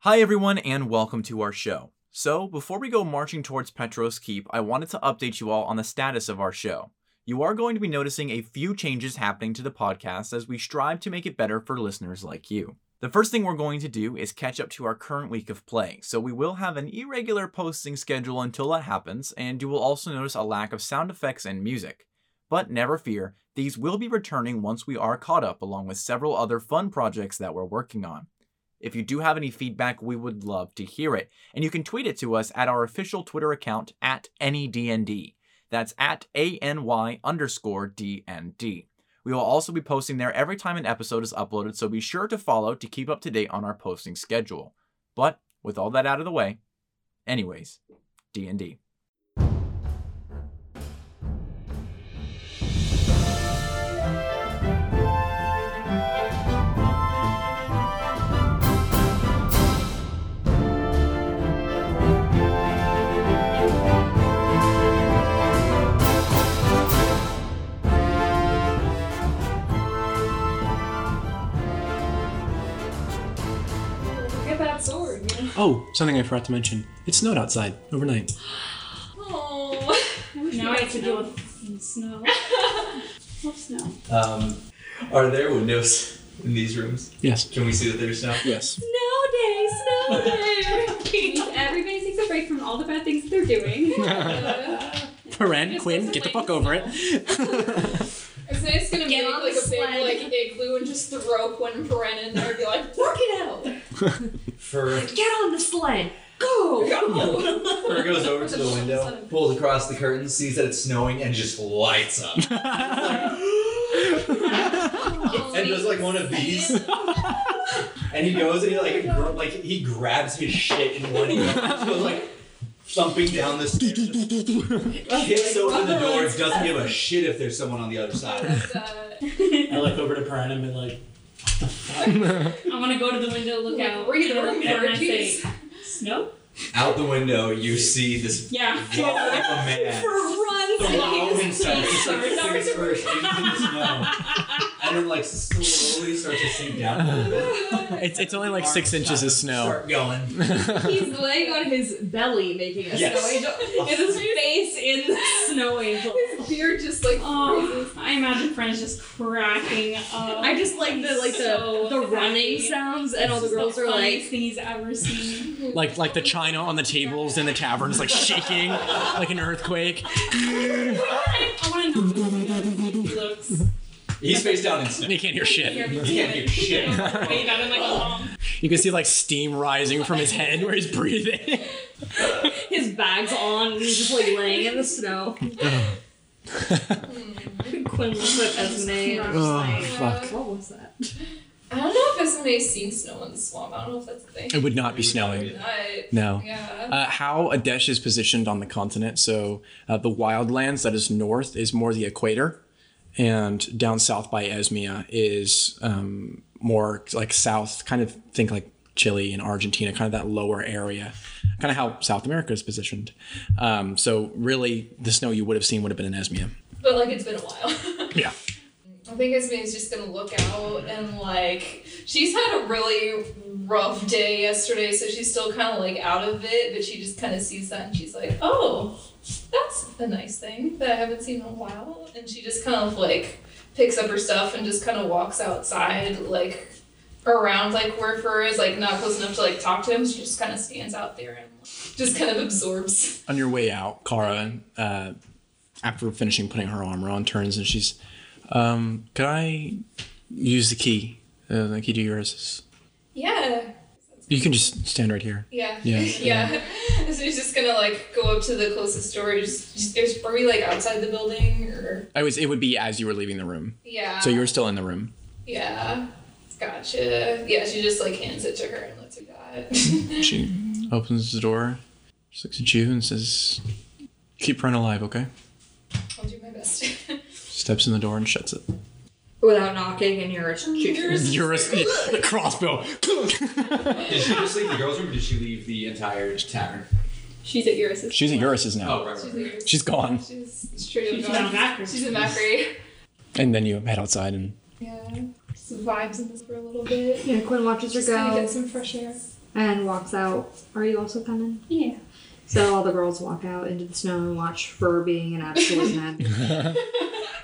Hi, everyone, and welcome to our show. So, before we go marching towards Petros Keep, I wanted to update you all on the status of our show. You are going to be noticing a few changes happening to the podcast as we strive to make it better for listeners like you. The first thing we're going to do is catch up to our current week of play, so we will have an irregular posting schedule until that happens, and you will also notice a lack of sound effects and music. But never fear, these will be returning once we are caught up, along with several other fun projects that we're working on. If you do have any feedback, we would love to hear it. And you can tweet it to us at our official Twitter account at E AnyDND. That's at ANY underscore DND. We will also be posting there every time an episode is uploaded, so be sure to follow to keep up to date on our posting schedule. But with all that out of the way, anyways, D&D. Get that sword, you know. Oh, something I forgot to mention. It snowed outside overnight. Oh. Now I have to deal with snow. Love snow. Um, are there windows in these rooms? Yes. Can we see that there's now? Yes. Snow day, snow day. Everybody takes a break from all the bad things that they're doing. Paren, Quinn, get the fuck over it. I was just gonna Get make on like the a big sled. like igloo and just throw Quinn Peren in there and be like, work it out. Fur, Get on the sled. Go. Go. Fur goes over to the window, pulls across the curtain, sees that it's snowing, and just lights up. and does like one of these. and he goes and he like gr- like he grabs his shit in one hand, just goes like thumping down the stairs, just kicks open the door, doesn't give a shit if there's someone on the other side. That's, uh, I look over to Pran and be like, I want to go to the window, look Like, out. read Look it, out, and I jeez. say, Snow? Out the window, you see this Yeah. wall of a man. For runs the wall and himself just like Sorry, sorry, sinks first into the snow, and then like slowly starts to sink down a little bit. It's, it's only like six Arms inches of snow. Start going. He's laying on his belly making a Yes. snow angel. And his face in the Snow angel. his beard just like Oh, I imagine Fran's just cracking up. I just like the like the, So the running happy. sounds and all the This is girls are funniest like thing he's ever seen. Like like the china on the tables in the taverns, like shaking like an earthquake. I, want to know if he looks. He's face down in snow. You can't hear shit. He can't hear shit. Wait, that in like a long. You can see like steam rising from his head where he's breathing. his bag's on and he's just like laying in the snow. Quinn looks at Esme. and I'm just like, fuck. What was that? I don't know if Esme's seen snow in the swamp. I don't know if that's a thing. It would not be snowing. I, No. yeah. Uh, how Adesh is positioned on the continent. So uh, the wildlands that is north is more the equator, and down south by Esmia is um, more like south, kind of think like Chile and Argentina, kind of that lower area, kind of how South America is positioned. Um, so really, the snow you would have seen would have been in Esmia. But like it's been a while. Yeah. I think Esme's just gonna look out and like she's had a really rough day yesterday, so she's still kinda like out of it, but she just kinda sees that and she's like, Oh, that's a nice thing that I haven't seen in a while and she just kind of like picks up her stuff and just kinda walks outside like around like where Fur is, like not close enough to like talk to him, she just kinda stands out there and just kind of absorbs On your way out, Kara, uh, after finishing putting her armor on, turns and she's, um, "Could I use the key? Uh, the key to yours?" Yeah, You can just stand right here. yeah, Yeah, yeah. So he's just gonna like go up to the closest door. Just, just there's are we like outside the building or I was. It would be as you were leaving the room. yeah. So you were still in the room. yeah, gotcha. Yeah, she just like hands it to her and lets her that. She opens the door, she looks at you and says, "Keep running alive, okay?" I'll do my best. Steps in the door and shuts it. Without knocking and you're a shooter. You're a, the crossbow. Did she just leave the girls' room? or Did she leave the entire tavern? She's at your assistant. She's at Eurus's now. Oh, right, right, right. She's She's gone. straight She's up on gone. backwards. She's in Macri. And then you head outside and Yeah, just vibes in this for a little bit. Yeah, Quinn watches her Just gonna go. get some fresh air. and walks out. Are you also coming? Yeah. So all the girls walk out into the snow and watch Fur being an absolute mad.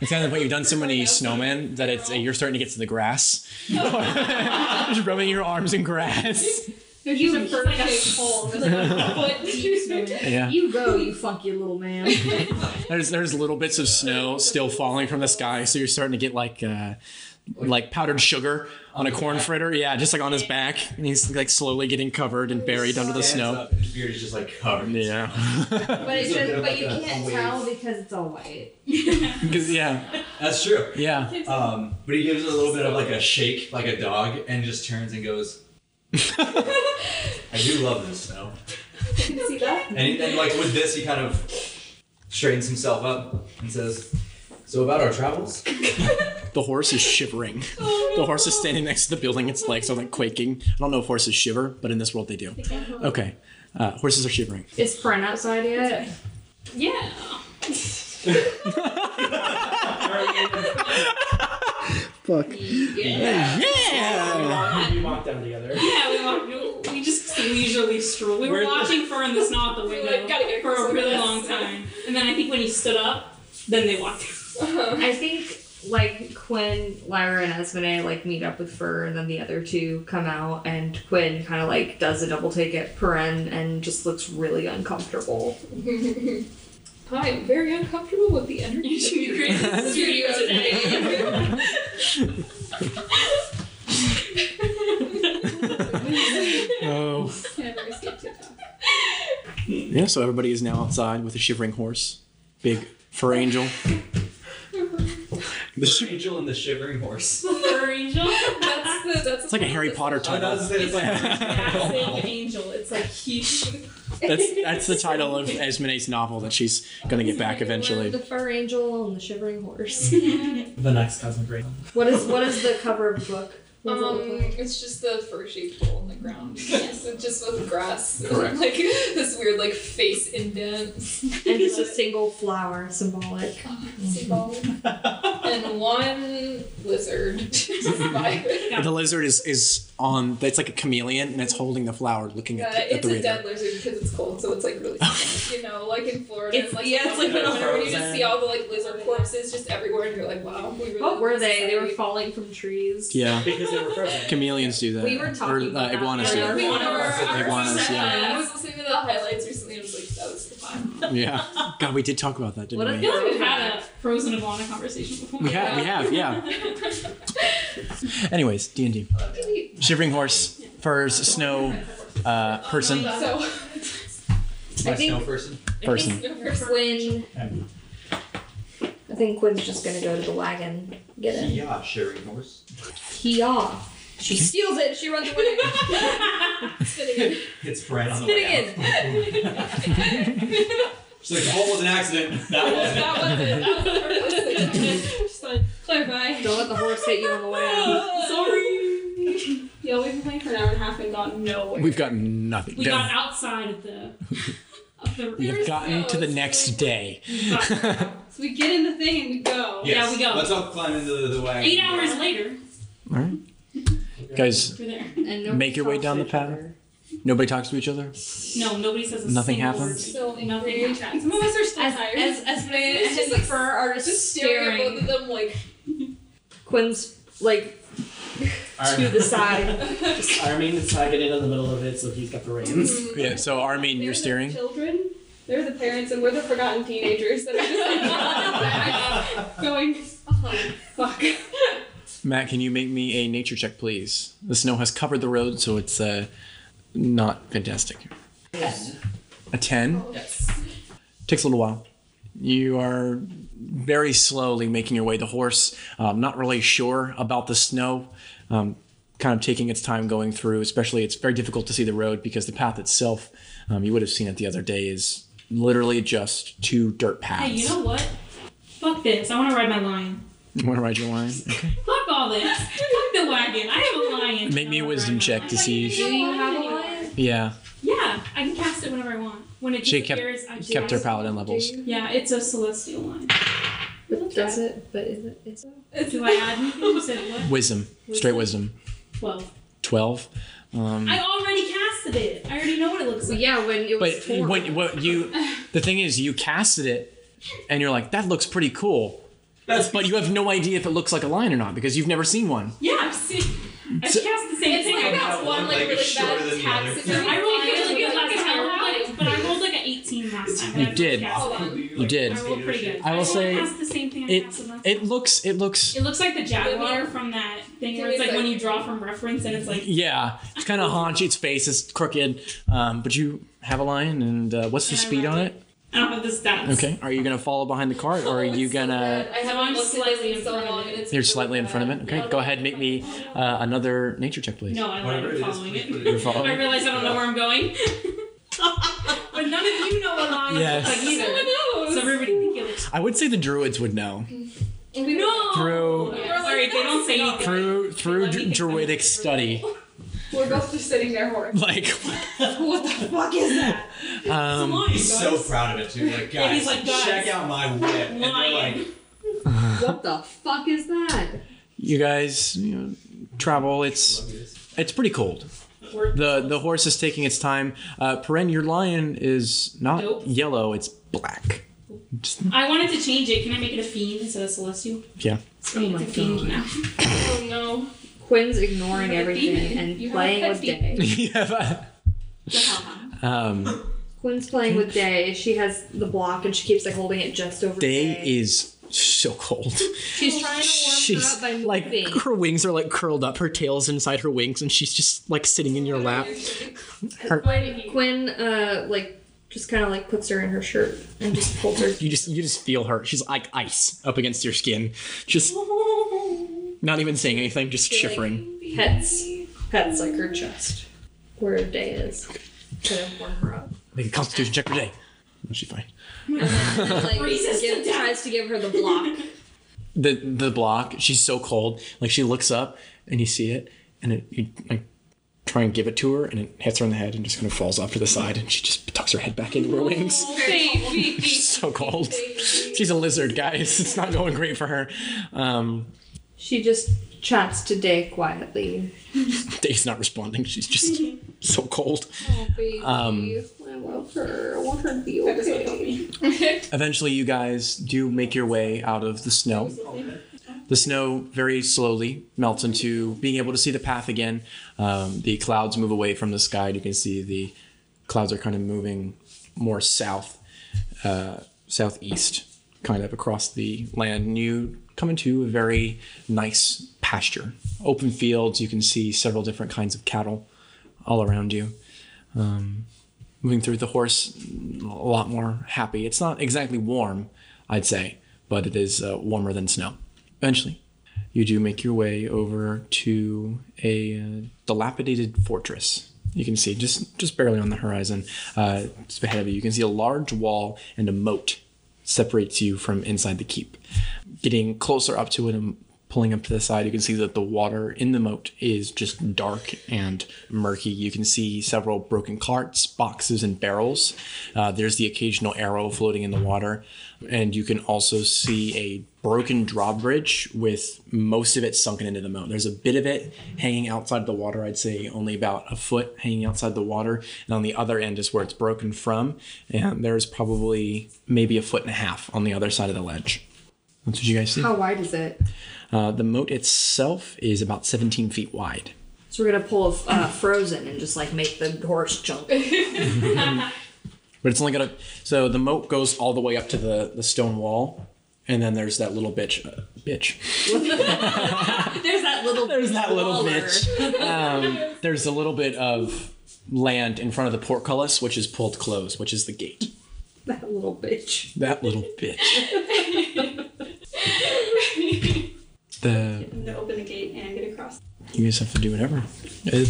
It's kind of the point you've done so many snowmen that it's you're starting to get to the grass. Just rubbing your arms in grass. There's You- just a perfect hole. There's like a foot deep snowman. Yeah. You go, you funky little man. There's there's little bits of snow still falling from the sky, so you're starting to get like uh, like powdered sugar on a corn fritter. Yeah, just like on his back, and he's like slowly getting covered and buried under the snow. Up, and his beard is just like covered. in Yeah, But it's There's a bit just, but of you like a- can't a wave. tell because it's all white. 'Cause- yeah, That's true. yeah. Um, but he gives it a little bit of like a shake, like a dog, and just turns and goes. I do love this snow. You see that? And, he- and like with this, he kind of straightens himself up and says, "So about our travels." The horse is shivering. The horse is standing next to the building. Its legs are like quaking. I don't know if horses shiver, but in this world they do. Okay, uh, horses are shivering. Is Pren outside yet? Yeah. Fuck. Yeah. Yeah. We walked down together. Yeah, we walked. We just leisurely strolled. We were We're- watching Fur in the Snow at the We, window like, gotta get for across a the really grass. long time, and then I think when he stood up, then they walked. Uh-huh. I think like Quinn, Lyra, and Esmene like meet up with Fur, and then the other two come out, and Quinn kind of like does a double take at Peren and just looks really uncomfortable. I am very uncomfortable with the energy. You should be creating the creating this studio studio today. Oh. Never skip TikTok. Yeah. So everybody is now outside with a shivering horse, big fur angel. The The shi- angel and the shivering horse. Fur Angel. That's the, that's it's like a Harry Potter I title. was gonna say it's Massive like. angel. It's like huge. That's that's the title of Esmene's novel that she's gonna get back The eventually. Fur Angel and the Shivering Horse. The next cosmic ray. what is what is the cover of the book? What does it Um, look like? it's just the fur-shaped hole in the ground. Yes, it's just with grass. Correct. like this weird like face indent. and just a single flower, symbolic. Symbol. and one lizard. Survived. The lizard is is on. It's like a chameleon, and it's holding the flower, looking Yeah, at the, at it's the a reader. dead lizard because it's cold, so it's like really, you know, like in Florida. It's- like yeah, it's like when when you just see all the like lizard corpses just everywhere, and you're like, wow, we really. What were they? They were society. falling from trees. Yeah, Because they were frozen. chameleons do that. We were talking or uh, about iguanas that I do. think one of our- our- Iguanas, yeah. I was listening to the highlights recently. and I was like, that was fun. that. Yeah. God, we did talk about that, didn't What I we? feel like we've had a frozen iguana conversation before. We have, we have, yeah. Anyways, D and D. Shivering horse, furs, snow, uh, person, So My I think- snow person. person. Quinn. I think Quinn's just gonna go to the wagon, get it. Yeah, shivering horse. Kia. She Mm-hmm. steals it. She runs away. Spinning It's Brad on the way. out. it. She's like, "Oh, it was an accident. That wasn't." that was it. That was the purpose. Just like, Clarify. Don't let the horse hit you on the way out. sorry. Yeah, we've been playing for an hour and a half and gotten nowhere. We've gotten nothing. we got outside of the. Of the We've gotten to the next day. So we get in the thing and we go. Yeah, Yes. we go. Let's all climb into the, the wagon. Eight hours later, All right, guys. we're there. And nobody Make your way talks down to the each path. other. Nobody talks to each other. No, nobody says a Nothing single happens? word. So Nothing angry. happens. Some of us are still As tired. as as many It's just as like fur are just, Just staring at both staring. of them like Quinn's like to the side. Armin's not getting in the middle of it, so he's got the reins. mm. Yeah. So Armin, They're you're the steering. Children. They're the parents, and we're the forgotten teenagers that are just like going. "Oh, uh-huh. Fuck. Matt, can you make me a nature check, please? The snow has covered the road, so it's uh, not fantastic. A ten yes. takes a little while. You are very slowly making your way. The horse, um, not really sure about the snow, um, kind of taking its time going through. Especially, it's very difficult to see the road because the path itself, um, you would have seen it the other day, is literally just two dirt paths. Hey, you know what? Fuck this. I want to ride my lion. You want to ride your line? Okay. Fuck all this. Fuck the wagon. I have a lion. Make me a I wanna wisdom ride my check lion. to see Do if. you have a lion? Yeah, Yeah, I can cast it whenever I want. When it She kept- disappears, I just kept her paladin levels. Yeah, it's a celestial line. But does it? But is it? Is it? Do I add anything? You said what? Wisdom, straight wisdom. Twelve. 12. Um, I already cast casted it. I already know what it looks So like. yeah, when it was But torn. when what you the thing is you casted it and you're like, that looks pretty cool. That's But you have no idea if it looks like a lion or not because you've never seen one. Yeah, I've seen. I've So- cast the same It's thing. like Yeah, that one one leg like is really shorter than bad the tax other. situation. I rolled a really good Like, last time, I rolled, like, but I rolled like an 18 last time. You and Oh, I did. cast Hold it. on. You, You did. I rolled pretty good. I will rolled say past the same thing I It casted last it time. looks it looks It looks like the jaguar from that thing where it's like when you draw from reference and it's like yeah, it's kind of haunchy. Its face is crooked, um, but you have a lion. And uh, what's the And I speed ride on it. it? I don't have the stats. Okay, are you gonna follow behind the cart, or are Oh, you it's so gonna? bad. I So haven't I'm looked at slightly this in in so front of long, it. and it's You're really slightly in front of bad. it. Okay, go ahead. Make me uh, another nature check, please. No, I lied. Whatever it I'm is, following please it. put it in. You're following I it? realize I don't know where I'm going. but none of you know what line Yes. looks like either. Someone knows. So everybody can get it. I would say the druids would know No. through Yeah, sorry, they don't say anything. through through Let me dru- think. druidic study. We're both just sitting there horrified. Like, what the fuck is that? um, Come on, He's so guys. proud of it too. Like, Yeah, guys, he's like, guys, check out my whip. And they're lion. like, what the fuck is that? you guys you know, travel. It's it's pretty cold. The the horse is taking its time. Uh, Peren, your lion is not Nope. yellow; it's black. Just- I wanted to change it. Can I make it a fiend instead of Celestial? yeah. Oh my it's a fiend now. Oh no. Quinn's ignoring everything demon. and You have a playing pet with demon. Day. yeah. The hellhound. Um, Quinn's playing with Day. She has the block and she keeps like holding it just over. day is so cold. She's trying to warm her She's up by moving. like her wings are like curled up, her tail's inside her wings, and she's just like sitting in your lap. Quinn, uh, like just kind of like puts her in her shirt and just holds her. You just you just feel her. She's like ice up against your skin, just not even saying anything, just You're like- shivering. Pets, pets like her chest, where Day is. Kind of warm her up. Make a Constitution check for day. No, she's fine. And, like, Racist give- to death. tries to give her the block. the the block. She's so cold. Like she looks up and you see it, and it, you like try and give it to her, and it hits her in the head and just kind of falls off to the side, and she just tucks her head back into her wings. She's so cold. She's a lizard, guys. It's not going great for her. Um, She just chats to Day quietly. Dave's not responding. She's just so cold. Oh baby, Um, I love her. I want her to be That is what helped okay. me. Eventually, you guys do make your way out of the snow. The snow very slowly melts into being able to see the path again. Um, the clouds move away from the sky. and You can see the clouds are kind of moving more south, uh, southeast, kind of across the land. And you come into a very nice pasture, open fields. You can see several different kinds of cattle all around you. Um, moving through the horse a lot more happy. It's not exactly warm, I'd say, but it is uh, warmer than snow. Eventually, you do make your way over to a uh, dilapidated fortress. You can see just just barely on the horizon, uh, just ahead of you. You can see a large wall and a moat separates you from inside the keep. Getting closer up to it and pulling up to the side, you can see that the water in the moat is just dark and murky. You can see several broken carts, boxes, and barrels. Uh, there's the occasional arrow floating in the water. And you can also see a broken drawbridge with most of it sunken into the moat. There's a bit of it hanging outside the water, I'd say only about a foot hanging outside the water. And on the other end is where it's broken from. And there's probably maybe a foot and a half on the other side of the ledge. That's what you guys see. How Oh, wide is it? Uh, the moat itself is about 17 feet wide. So we're gonna pull uh, Frozen and just like make the horse jump. But it's only gonna. So the moat goes all the way up to the, the stone wall, and then there's that little bitch. Uh, bitch. There's that little. There's that little Waller. bitch. Um, there's a little bit of land in front of the portcullis, which is pulled closed, which is the gate. That little bitch. That little bitch. The I'm gonna open the gate and get across. You guys have to do whatever. It-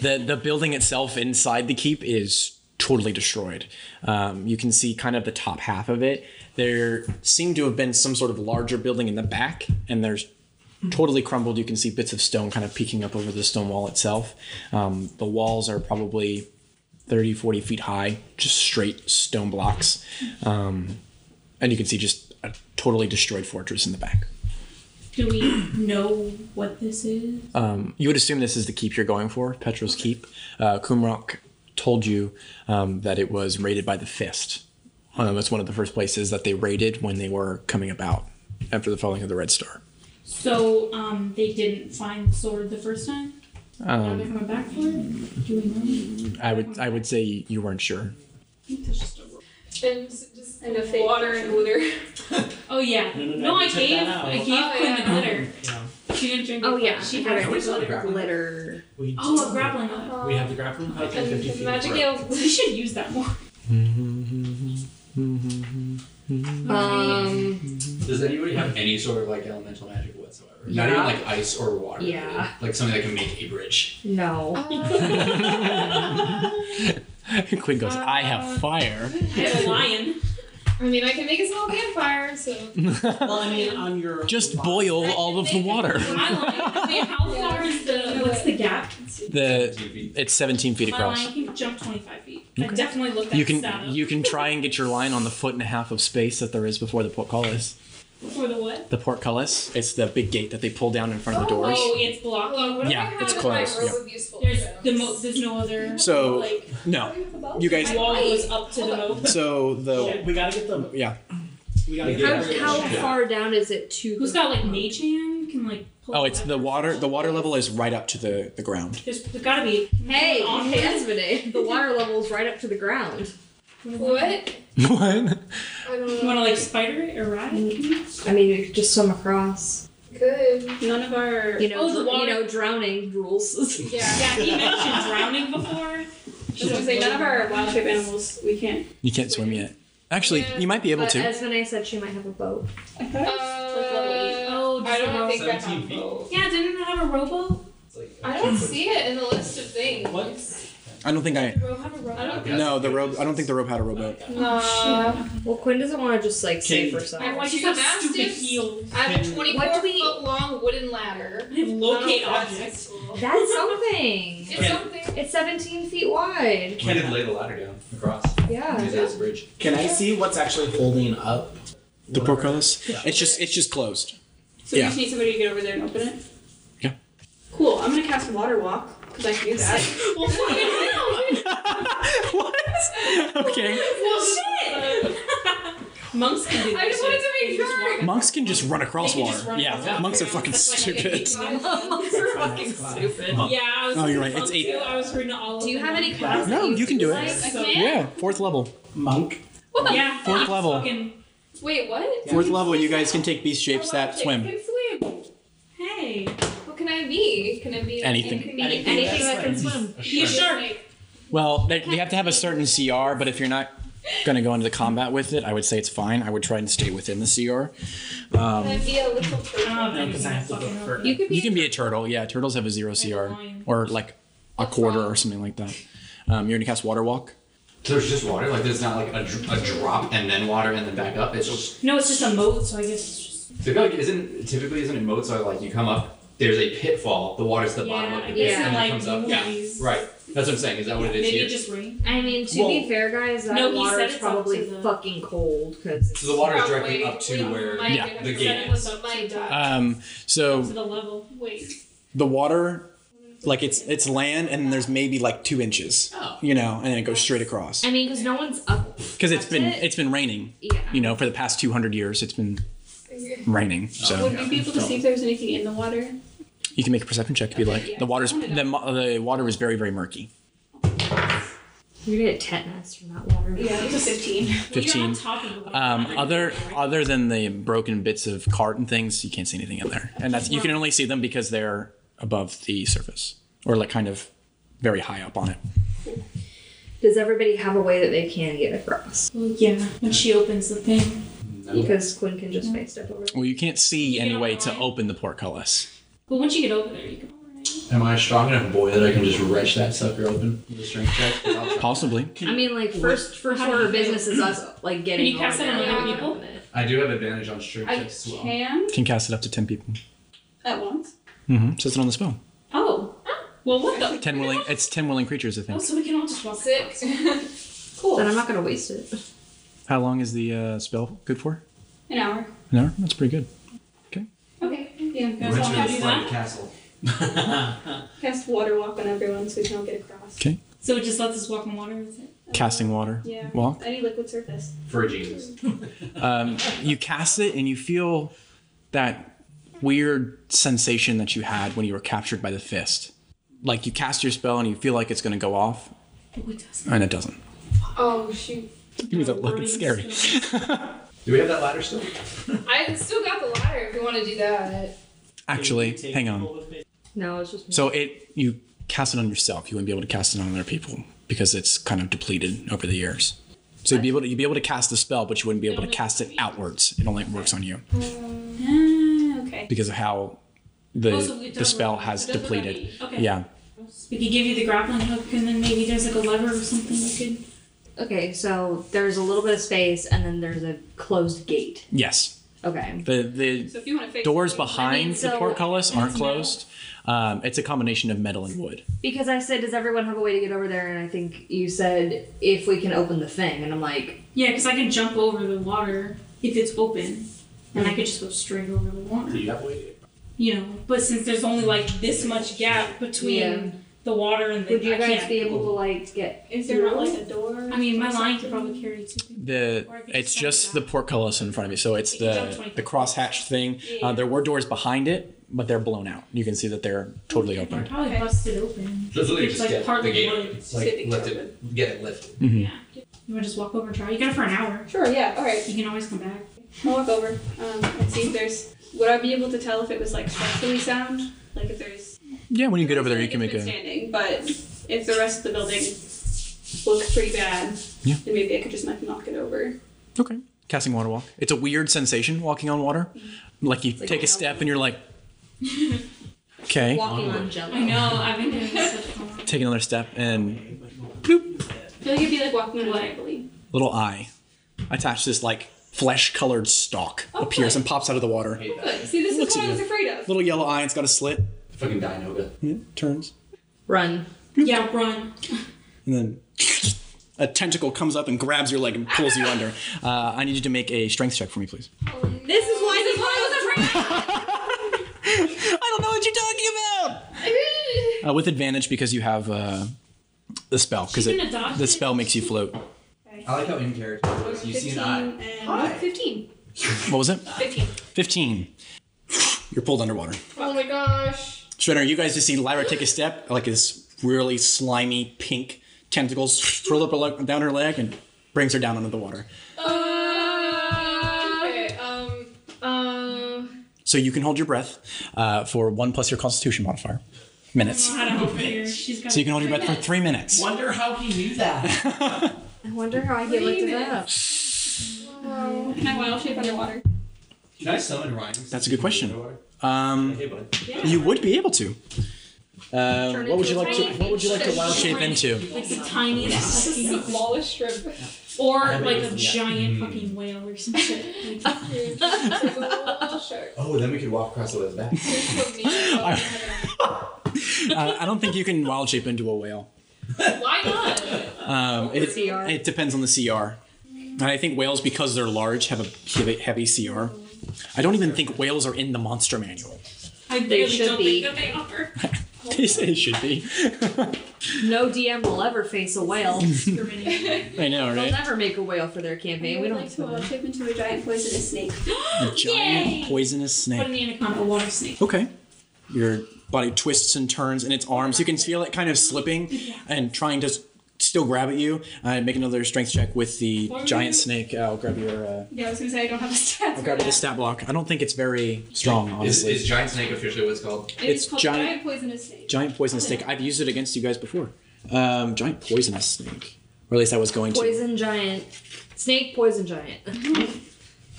the The building itself inside the keep is totally destroyed. Um, you can see kind of the top half of it. There seemed to have been some sort of larger building in the back, and there's totally crumbled. You can see bits of stone kind of peeking up over the stone wall itself. Um, the walls are probably 30, 40 feet high, just straight stone blocks. Um, and you can see just a totally destroyed fortress in the back. Do we know what this is? Um, you would assume this is the keep you're going for, Petro's keep. Uh, Kumrock told you um, that it was raided by the Fist. Um, it's one of the first places that they raided when they were coming about after the falling of the Red Star. So, um, they didn't find the sword the first time? Um. now they're coming back for it? Do we know? Um, I would I would say you weren't sure. That's just a rope. And s- just And a fake water and glitter. Oh, yeah. No, no, no, I you took gave, that out. I gave Oh, Quinn yeah. the glitter. Yeah. She didn't drink it. Oh yeah, She had had it. glitter. We, Oh, a grappling hook. Uh, we have the grappling hook and and 50 feet. the magic rope. ale. We should use that more. Um, Does anybody have any sort of like elemental magic whatsoever? Not even Yeah. like ice or water. Yeah. really. Like something that can make a bridge. no. Quinn goes, I have fire. I have a lion. I mean, I can make a small campfire, so. Well, I mean, on your. Just boil all of the water. My lion. I mean, how far is the, what's the gap? The TV. it's 17 feet My across. lion can jump 25 feet. I definitely looked at You that can up. you can try and get your line on the foot and a half of space that there is before the portcullis. For the what? The portcullis. It's the big gate that they pull down in front of the Oh, doors. Oh, it's blocked. Hello, what do Yeah, I have it's in closed, My robe yeah. of useful There's items? the mo- there's no other So- like No, you guys. wall goes up to the moat. So Oh, the we gotta get the. yeah. We gotta get the. How, how far down is it to? Who's the- got like mage hand can like pull Oh, it it's up. the water. The water level is right up to the the ground. There's, there's gotta be Hey, on hey, Esmond, the water level's right up to the ground. What? I What? don't You know. wanna like spider it or ride? I mean, you could just swim across. Good. Mm-hmm. None of our You know, oh, the dr- water. you know, drowning rules. Yeah. yeah, he mentioned drowning before. I was gonna say none of our wild type animals we can't. You can't swim yet. Actually, Yeah, you might be able but to. Esmond said she might have a boat. I thought it was like level eight. Uh, Oh, I don't think I have 17 feet. both. Yeah, didn't it have a rowboat? It's like I don't see it in the list of things. What? uh, I don't think I. Did row have a I rowboat? don't. No, the rope. I don't think the rope had a Oh, rowboat. Uh, Well, Quinn doesn't want to just like save Can- herself. I want- She's you got stupid gymnastics? heels. I have a What do 24 we- foot long wooden ladder. I have locate None of that's objects. useful. That's something. It's something. It's 17 feet wide. We could lay the ladder down across. Oh, Use Yeah. that as a bridge. Can I see what's actually holding up? The whatever- portcullis. It's just it's just closed. So Yeah. we just need somebody to get over there and open it. Yeah. Cool. I'm gonna cast water walk because I can do that. Well, fucking hell. what? Okay. well, shit. Monks can do that I just wanted shit. to make They just sure. walk Monks can just run across They can just water. run Yeah, across. monks are fucking stupid. Monks are fucking stupid. Yeah, I was Oh, you're right, thinking it's monk eight. too. I was reading all Do you have any classes? classes? No, you can do it. Like, So, Yeah, fourth level. Monk. yeah, Fourth I'm level. fucking- Wait, what? Fourth level, you guys can take beast shapes that swim. Can swim. Hey, What can I be? Can I be Anything. Anything. Anything that can swim. be a shark. Well, they, they have to have a certain CR, but if you're not going to go into combat with it, I would say it's fine. I would try and stay within the Um, CR. Can I be a little person? I don't know Because I have to look for. You could be. You can be a turtle. Yeah, turtles have a zero CR or like a That's quarter fine. or something like that. Um, you're going to cast water walk. There's just water. Like there's not like a, dr- a drop and then water and then back up. It's just No, it's just a moat, so I guess it's just. I feel like it isn't typically isn't it moats are like you come up. There's a pitfall. The water's at the bottom yeah, of I the guess pit, and in then like it comes up. Yeah. movies. Right. That's what I'm saying. Is that what it is Maybe here? it just rain. I mean, to be Well- fair, guys, that No, he water said is it's up to probably the- fucking cold because so the water is Probably. directly up to We where might Yeah. have the to gate set is. it with a mic Uh, dot. Um, To so the level. Wait. the water, like it's it's land, and there's maybe like two inches, Oh. you know, and then it goes straight across I mean, because no one's up. because it's been That's it. it's been raining. Yeah. You know, for the past two hundred years, it's been raining. So Oh. Would we be able to see if there's anything in the water? you can make a perception check if you like. The water's the, mo- the water is very very murky. You're gonna get tetanus from that water. Yeah, it's a 15. Well, you're on Fifteen. top of the water. Um, other other than the broken bits of cart and things, you can't see anything in there, and that's you can only see them because they're above the surface or like kind of very high up on it. Does everybody have a way that they can get across? Well, yeah, when she opens the thing. Because Quinn can just face step over. it. Well, you can't see any don't way know to why. open the portcullis. But once you get over there, you can. alright. Am I a strong enough boy that I can just wrench that sucker open with a strength check? 'Cause I'll try. Possibly. I mean, like first first how do order you of business is us like getting. you cast on it on there other and people? open it. I do have advantage on strength I checks as well. can Can cast it up to 10 people. at once. Mm-hmm. Says it on the spell. Oh, Well, what the? 10 willing, it's 10 willing creatures, I Oh, think. so we can all just walk. Sick. cool. Then I'm not gonna waste it. How long is the uh, spell good for? An hour. An hour? That's pretty good. Okay. Yeah, Went guys, to I'll have the you flight that. castle. Cast water walk on everyone so we can all get across. So it just lets us walk on water, is it? Casting water. Yeah. Walk. Any liquid surface. For a genius. Um, you cast it and you feel that weird sensation that you had when you were captured by the fist. Like you cast your spell and you feel like it's going to go off, Oh, it doesn't. and it doesn't. Oh shoot. Give me that look. It's scary. Do we have that ladder still? I still got the ladder if you want to do that. Actually, Take hang on. people with me. No, it's just me. So it you cast it on yourself. You wouldn't be able to cast it on other people because it's kind of depleted over the years. So you'd be able to you'd be able to cast the spell, but you wouldn't be able to cast it outwards. It only works on you Ah, okay. because of how Oh, so we the don't the spell roll. has It doesn't matter. depleted. Okay. Yeah. We could give you the grappling hook, and then maybe there's like a lever or something you could. Okay, so there's a little bit of space, and then there's a closed gate. Yes. Okay. The the So if you want to face doors me, behind the so- portcullis aren't It's metal. closed. Um, it's a combination of metal and wood. Because I said, does everyone have a way to get over there? And I think you said, if we can open the thing. And I'm like, Yeah, because I can jump over the water if it's open, and I could just go straight over the water. you have a way? You know, but since there's only like this much gap between Yeah. the water and the, would you I guys can't- be able to, like, get. Is there not like a door? I mean, my or line something? could probably carry two people. The Or if you it's step just the back. portcullis in front of you. So it's If you jump the 20. the crosshatch thing. Yeah. Uh, there were doors behind it, but they're blown out. You can see that they're totally They're open. Probably busted open. Let's literally It's just like get partly the gate. wood. It's Just get like the lift gate it. Get it lifted. Yeah. You want to just walk over and try? You got it for an hour. Sure, yeah, alright. You can always come back. I'll walk over um, and see if there's. Would I be able to tell if it was like structurally sound? Like if there's. Yeah, when you get over there, you Like, can if make it's a. standing, but if the rest of the building looks pretty bad, Yeah. then maybe I could just like knock it over. Okay. Casting water walk. It's a weird sensation walking on water. Like you like take a an step alpha. and you're like, okay. Walking on jello. I know. I've been doing this so long. Take another step and I feel like it'd be like walking on a trampoline. little eye. Attach this like flesh colored stalk appears and pops out of the water. Hate that. Good. See, this Looks is what at I was you. afraid of. Little yellow eye. It's got a slit. Fucking Dinoga. Yeah, turns. Run. Yeah, run. And then a tentacle comes up and grabs your leg and pulls you under. Uh, I need you to make a strength check for me, please. This is why this is why I was afraid. I don't know what you're talking about. Uh, with advantage because you have uh, the spell because She can adopt the it. spell makes you float. I like how in character it was. You see an eye. and Hi. 15. What was it? 15. Fifteen. You're pulled underwater. Oh my gosh. Shredder, you guys just see Lyra take a step, like this really slimy pink tentacles roll up her leg, down her leg and brings her down under the water. Uh, okay, um, uh, um, So you can hold your breath uh, for one plus your Constitution modifier minutes. I don't know how to help her. She's got So you can hold your breath for three minutes. Wonder how he knew that. I wonder how I get lifted up. Can I wild shape underwater? Can I summon Ryan? That's a good question. Um, Hey, bud. you would be able to. Um, what would you like to? tiny What would you like to wild shape into? like the tiniest this is the smallest shrimp. or like a giant fucking whale or some shit. Like, It's like a little shark. Oh, then we could walk across the way's back. It's so mean. Uh, I don't think you can wild shape into a whale. Why not? Um, it, CR. it depends on the CR. And I think whales, because they're large, have a heavy, heavy CR. I don't even think whales are in the monster manual. I They really should don't be. think that they are. They say it should be. No DM will ever face a whale. Discriminating. I know, They'll right? never make a whale for their campaign. We I'd don't like to wild shape into a giant poisonous snake. A giant Yay! poisonous But an snake. anaconda, a water snake. Okay. Your body twists and turns in its arms. You can feel it kind of slipping and trying to s- still grab at you. Uh, make another strength check with the giant snake. Uh, I'll grab your. Uh, Yeah, I was gonna say I don't have a stat. Oh, I'll grab the stat block. I don't think it's very strong, Is, honestly. is giant snake officially what it's called? It's called giant- giant poisonous snake. Giant poisonous snake. I've used it against you guys before. Um, giant poisonous snake. Or at least I was going to. Poison giant. Snake, poison giant.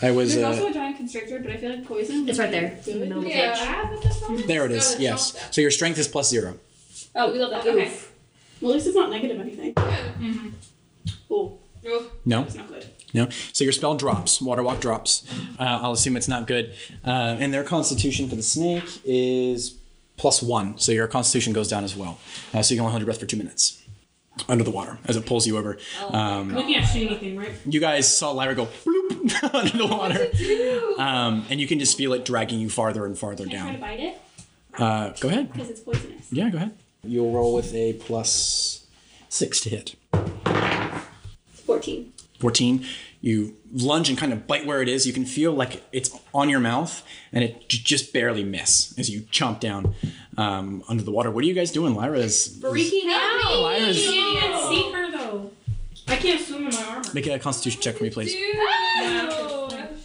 I was. There's Uh, also a giant constrictor, but I feel like poison. would It's right be there. good. In the middle. Yeah. but that's not- there it is. Gotta Yes. chop that. So your strength is plus zero. Oh, we love that. Okay. Well, at least it's not negative anything. Oh, Oh, No. that's not good. No. So your spell drops. Water walk drops. Uh, I'll assume it's not good. Uh, and their constitution for the snake is plus one. So your constitution goes down as well. Uh, so you can only hold your breath for two minutes under the water as it pulls you over. Um, Oh. We can't shoot anything, right? you guys saw Lyra go bloop under the water. do? Um, and you can just feel it dragging you farther and farther Can I try to down. bite it? Uh, go ahead. Because it's poisonous. Yeah, go ahead. You'll roll with a plus six to hit. 14. 14 you lunge and kind of bite where it is you can feel like it's on your mouth and it j- just barely miss as you chomp down um, under the water what are you guys doing lyra is, is- Freaking out. You lyra's can't even see her though. I can't swim in my armor. make a constitution check for me please Um,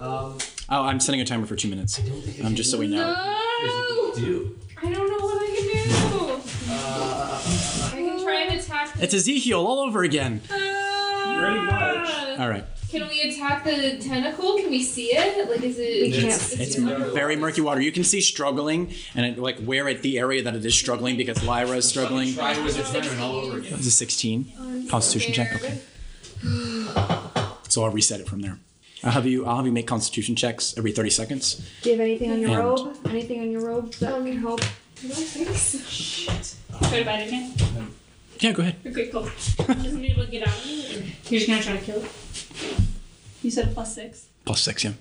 oh i'm setting a timer for two minutes um, just so we know No! do. I don't know what I can do. Uh, I can try and attack. it's ezekiel all over again Ready, march. all right Ah! Can we attack the tentacle? Can we see it? Like, is it? We can't it's- see it's it's- m- very murky water you can see struggling and it, like where at the area that it is struggling because lyra is struggling Try Wizard's Tavern all over again. It's a 16 Constitution check. Okay. So I'll reset it from there. I'll have you. I'll have you make Constitution checks every 30 seconds. Do you have anything on your And- robe? Anything on your robe that can help? I don't think so. Try to bite it again. Yeah, go ahead. Okay, cool. Doesn't be able to get out of it. You're just gonna try to kill it. You said plus six. Plus six. Yeah.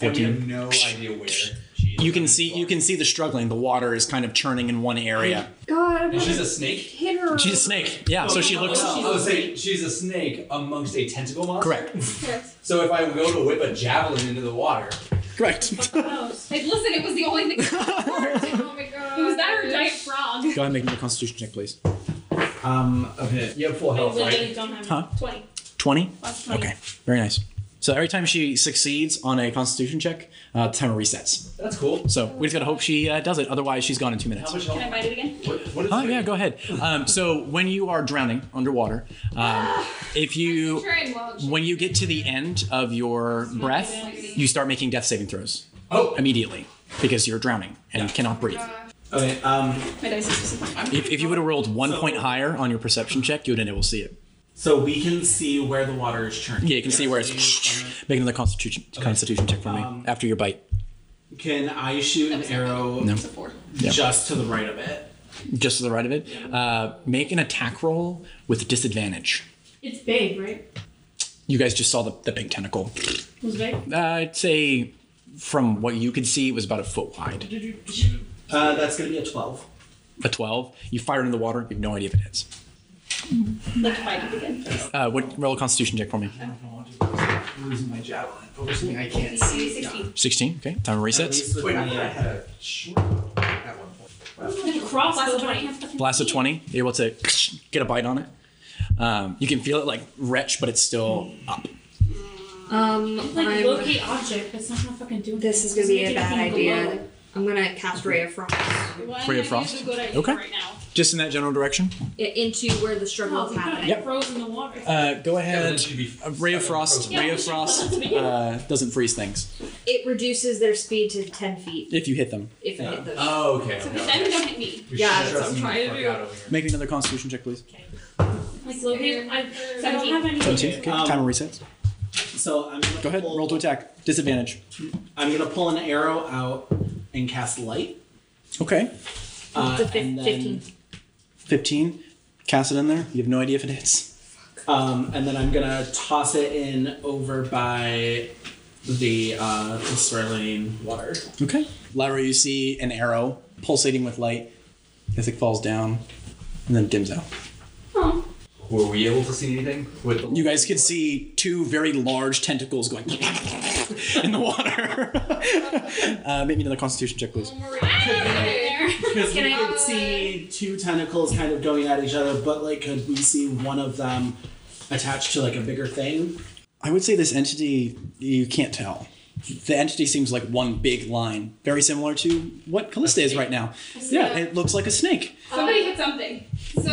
And we have no idea where. She is. You can see. You can see the struggling. The water is kind of churning in one area. God, I And want she's a to snake. hit her. She's a snake. Yeah. So she looks. I was saying she's a snake amongst a tentacle monster. Correct. So if I go to whip a javelin into the water, Correct. go Like, listen, it was the only thing. oh my god. It was that or giant frog? ahead. and Make me a Constitution check, please. Um, okay. you have full I health, literally right? don't have Oh, Huh? 20. 20. Plus 20. Okay. Very nice. So every time she succeeds on a Constitution check, uh, timer resets. That's cool. So we just gotta hope she uh, does it. Otherwise, she's gone in two minutes. How much Can I health? bite it again? What, what is Oh it? yeah, go ahead. Um, so when you are drowning underwater, um, if you Try and wild shape. when you get to the end of your breath, you start making death saving throws Oh, immediately because you're drowning and cannot breathe. Ah, Okay. Um, My dice is disappointing. If, if you would have rolled one point higher on your perception check, you would have been able to see it. so we can see where the water is churning. Yeah, you can see where it's. Make another constitution constitution check for me Um, after your bite, Can I shoot an arrow No. It's a four. Yeah. just to the right of it? just to the right of it. Uh, make an attack roll with disadvantage. It's big, right? You guys just saw the, the big tentacle. It was big. Uh, I'd say from what you could see, it was about a foot wide. Uh, that's gonna be a twelve. a 12. You fire it into the water. You have no idea if it hits. Like, bite it again. please. Uh, what roll a constitution check for me? I don't want to lose my javelin over something I can't see. 16. 16. Okay. Timer At resets. least with wait, my, I uh, had a short at one point. Cross Plus the 20. Blast of 20. You're able to get a bite on it. Um, you can feel it like retch, but it's still up. Um, Like I'm- locate object. That's not gonna fucking do it. This is gonna be a bad idea. I'm gonna cast Ray of Frost Ray of Frost? Okay. Right now. Just in that general direction. i- into where the struggle Oh, is God, happening. I Yep. froze in the water. Uh, go Javelin ahead. should be uh, A ray of frost. Yeah. Ray of frost uh, doesn't freeze things It reduces their speed to 10 feet if you hit them. if I hit those. Oh, okay. So okay, pretend okay. don't hit me. We Yeah, should that's dress what I'm him trying to the fuck do. out over here. Make another constitution check, please. Like locate. I, I don't 17. have any. 17. Okay. Um, Timer resets. So I'm gonna Go ahead. Pull, Roll to attack. Disadvantage. I'm gonna pull an arrow out and cast light. Okay. Uh, It's a fif- and then, 15. 15. Cast it in there. You have no idea if it hits. Um, and then I'm gonna toss it in over by the uh, the swirling water. Okay. Lyra, you see an arrow pulsating with light as it falls down and then dims out. Oh. Were we able to see anything with the You guys could see two very large tentacles going in the water. uh, make me another constitution check, please. Because we Can I- could see two tentacles kind of going at each other, but like, could we see one of them attached to like a bigger thing? I would say this entity, you can't tell. The entity seems like one big line, very similar to what Callista is right now. Yeah, it looks like a snake. Somebody hit something. So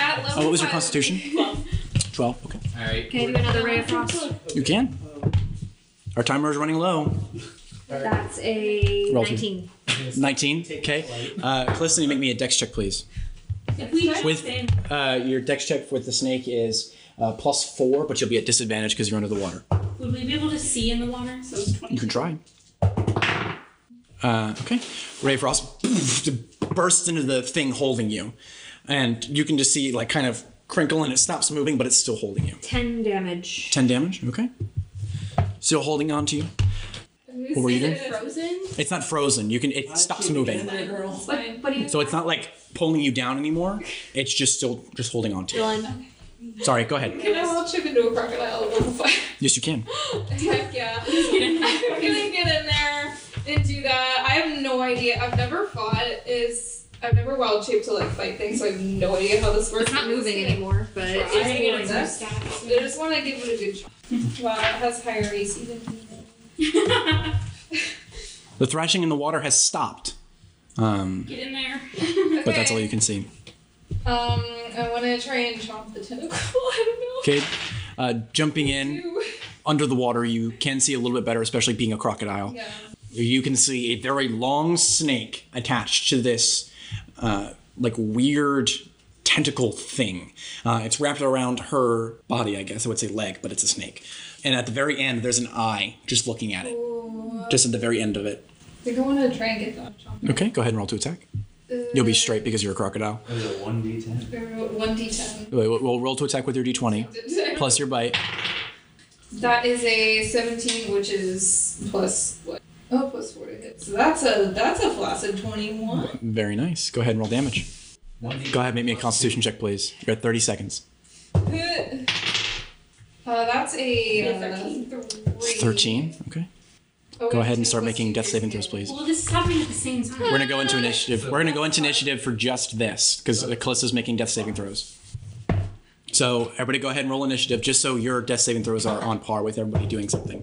at level. Oh, what was your five- constitution? 12. Okay. All right. Can I do another Ray of Frost? You can. Our timer is running low. That's a Roll to- 19. 19. Okay. Uh, Calista, you make me a dex check, please. With uh, your dex check with the snake is uh, plus four, but you'll be at disadvantage because you're under the water. Would we be able to see in the water? So it's 20. You can try. Uh, okay. Ray of Frost bursts into the thing holding you, and you can just see like kind of crinkle, and it stops moving, but it's still holding you. 10 damage. Ten damage. Okay. still holding on to you. What were you doing? Frozen? It's not frozen. You can. It stops moving. girl. But, but he So it's not like pulling you down anymore. It's just still just holding on to you. Dylan, Sorry, go ahead. Can I all chip into a crocodile over the fire? Yes, you can. Heck yeah. I'm gonna get in there and do that. I have no idea. I've never fought is I've never wild shaped to like fight things, so I have no idea how this works. it's not moving anymore, but It's it's getting going there. I just wanna give it a good shot. Wow, it has higher AC than me. The thrashing in the water has stopped. Um, Get in there. but that's all you can see. Um, I wanna try and chomp the tentacle. I don't know. Okay. Uh, jumping in Two. under the water, you can see a little bit better, especially being a crocodile. Yeah. you can see a very long snake attached to this uh, like weird tentacle thing uh, it's wrapped around her body i guess i would say leg but it's a snake and at the very end there's an eye just looking at it just at the very end of it I think I wanna try and get that chomp. okay go ahead and roll to attack you'll be straight because you're a crocodile It was a 1d10. One D ten. Wait, we'll we'll roll to attack with your d20 plus your bite That is a 17, which is plus what? Oh, plus four to hit. So that's a that's a flaccid 21. very nice go ahead and roll damage 1d10. go ahead make me a constitution check please you're at 30 seconds Uh, that's a uh, 13. 13 okay Oh, go wait, ahead and two start plus making two death is saving good. throws please Well, this is happening at the same time. We're gonna go into initiative. We're gonna go into initiative for just this because Callista's making death saving throws. So everybody, go ahead and roll initiative, just so your death saving throws are on par with everybody doing something.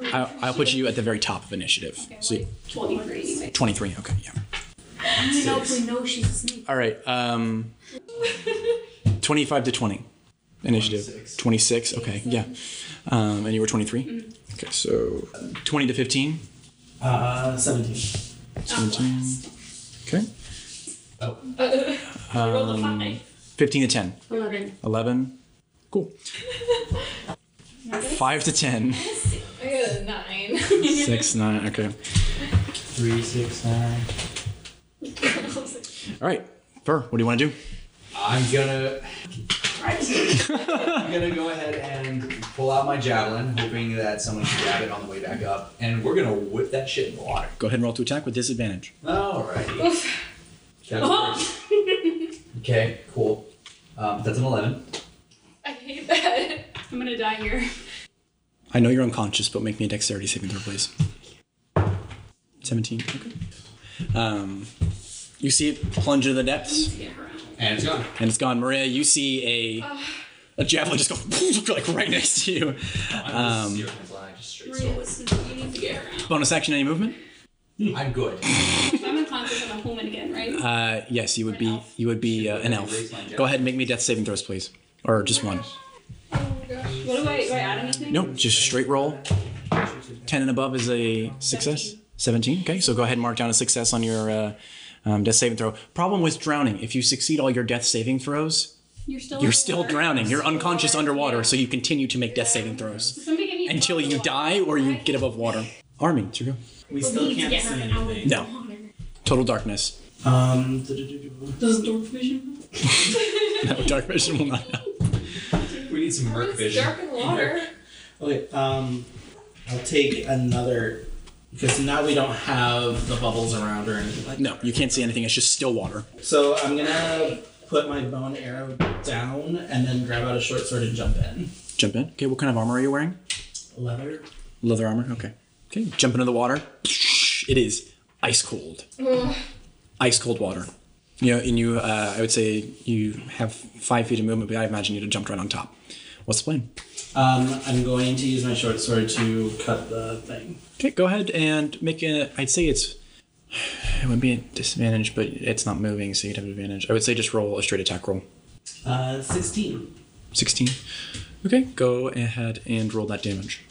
I, I'll put you at the very top of initiative. So you- 23. twenty-three. Okay, yeah. I don't know if we know she's a snake. All right. Um, twenty-five to twenty. Initiative. Twenty-six. Okay, yeah. Um, and you were twenty-three. Okay, so twenty to fifteen. Uh, 17. Seventeen. Okay. I rolled a Um, 5. Fifteen to ten. 11. 11. Cool. 5 to 10. I got a 9. 6, 9. Okay. 3, 6, 9. All right. Fur, what do you want to do? I'm gonna. I'm gonna go ahead and pull out my javelin, hoping that someone can grab it on the way back up, and we're gonna whip that shit in the water. Go ahead and roll to attack with disadvantage. Alrighty. That's worse. okay, cool. Um, that's an 11. I hate that. I'm gonna die here. I know you're unconscious, but make me a dexterity saving throw, please. 17. Okay. Um, you see it plunge into the depths, And it's gone. and it's gone. Maria, you see a, a javelin just go like right next to you. I'm just zero points line, just straight sword. you need to get around. Bonus action, any movement? I'm good. If I'm unconscious, I'm a human again, right? Uh, yes, you would be. You would be uh, an elf. Go ahead and make me death saving throws, please, or just one. Oh What do I, do I add anything? Nope, just straight roll. 10 and above is a success. 17. Okay, so go ahead and mark down a success on your uh, um, death saving throw. Problem with drowning if you succeed all your death saving throws, You're still you're still drowning. You're unconscious underwater, so you continue to make death saving throws Somebody give me a until bottle you of die or you get above water. Armin, it's your go. We water. still We need to can't get her see out of anything. the No. water. Total darkness. Um, du-du-du-du. Does door vision? No, dark vision will not help. We need some merc It's vision. dark and water. Okay, um, I'll take another because now we don't have the bubbles around or anything like No, you can't see anything. It's just still water. that. So I'm gonna put my bone arrow down and then grab out a short sword and jump in. Jump in. Okay, what kind of armor are you wearing? Leather. Leather armor. Okay. Okay, jump into the water. It is ice cold. Ice cold water. You know, and you, uh, I would say you have five feet of movement, but I imagine you'd have jumped right on top. What's the plan? Um, I'm going to use my short sword to cut the thing. Okay, go ahead and make a. I'd say it's. It wouldn't be a disadvantage, but it's not moving, so you'd have an advantage. I would say just roll a straight attack roll. Uh, 16. 16. Okay, go ahead and roll that damage.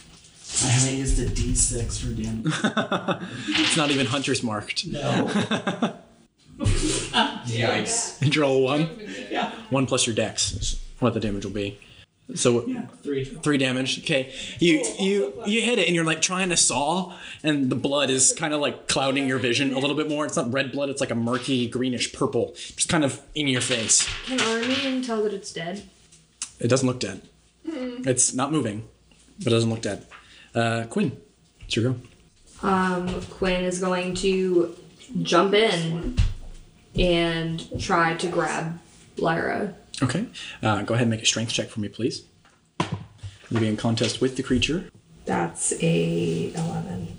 I haven't used a d6 for damage. It's not even Hunter's marked. No. Yikes. And roll one. One plus your dex is what the damage will be. So Three. three damage. Okay, you you you hit it, and you're like trying to saw, and the blood is kind of like clouding your vision a little bit more. It's not red blood; it's like a murky greenish purple, just kind of in your face. can Armin tell that it's dead? It doesn't look dead. It's not moving, but it doesn't look dead. Uh, Quinn, it's your go. Um, Quinn is going to jump in and try to grab Lyra. Okay. Uh, go ahead and make a strength check for me, please. You'll be in contest with the creature. That's a 11.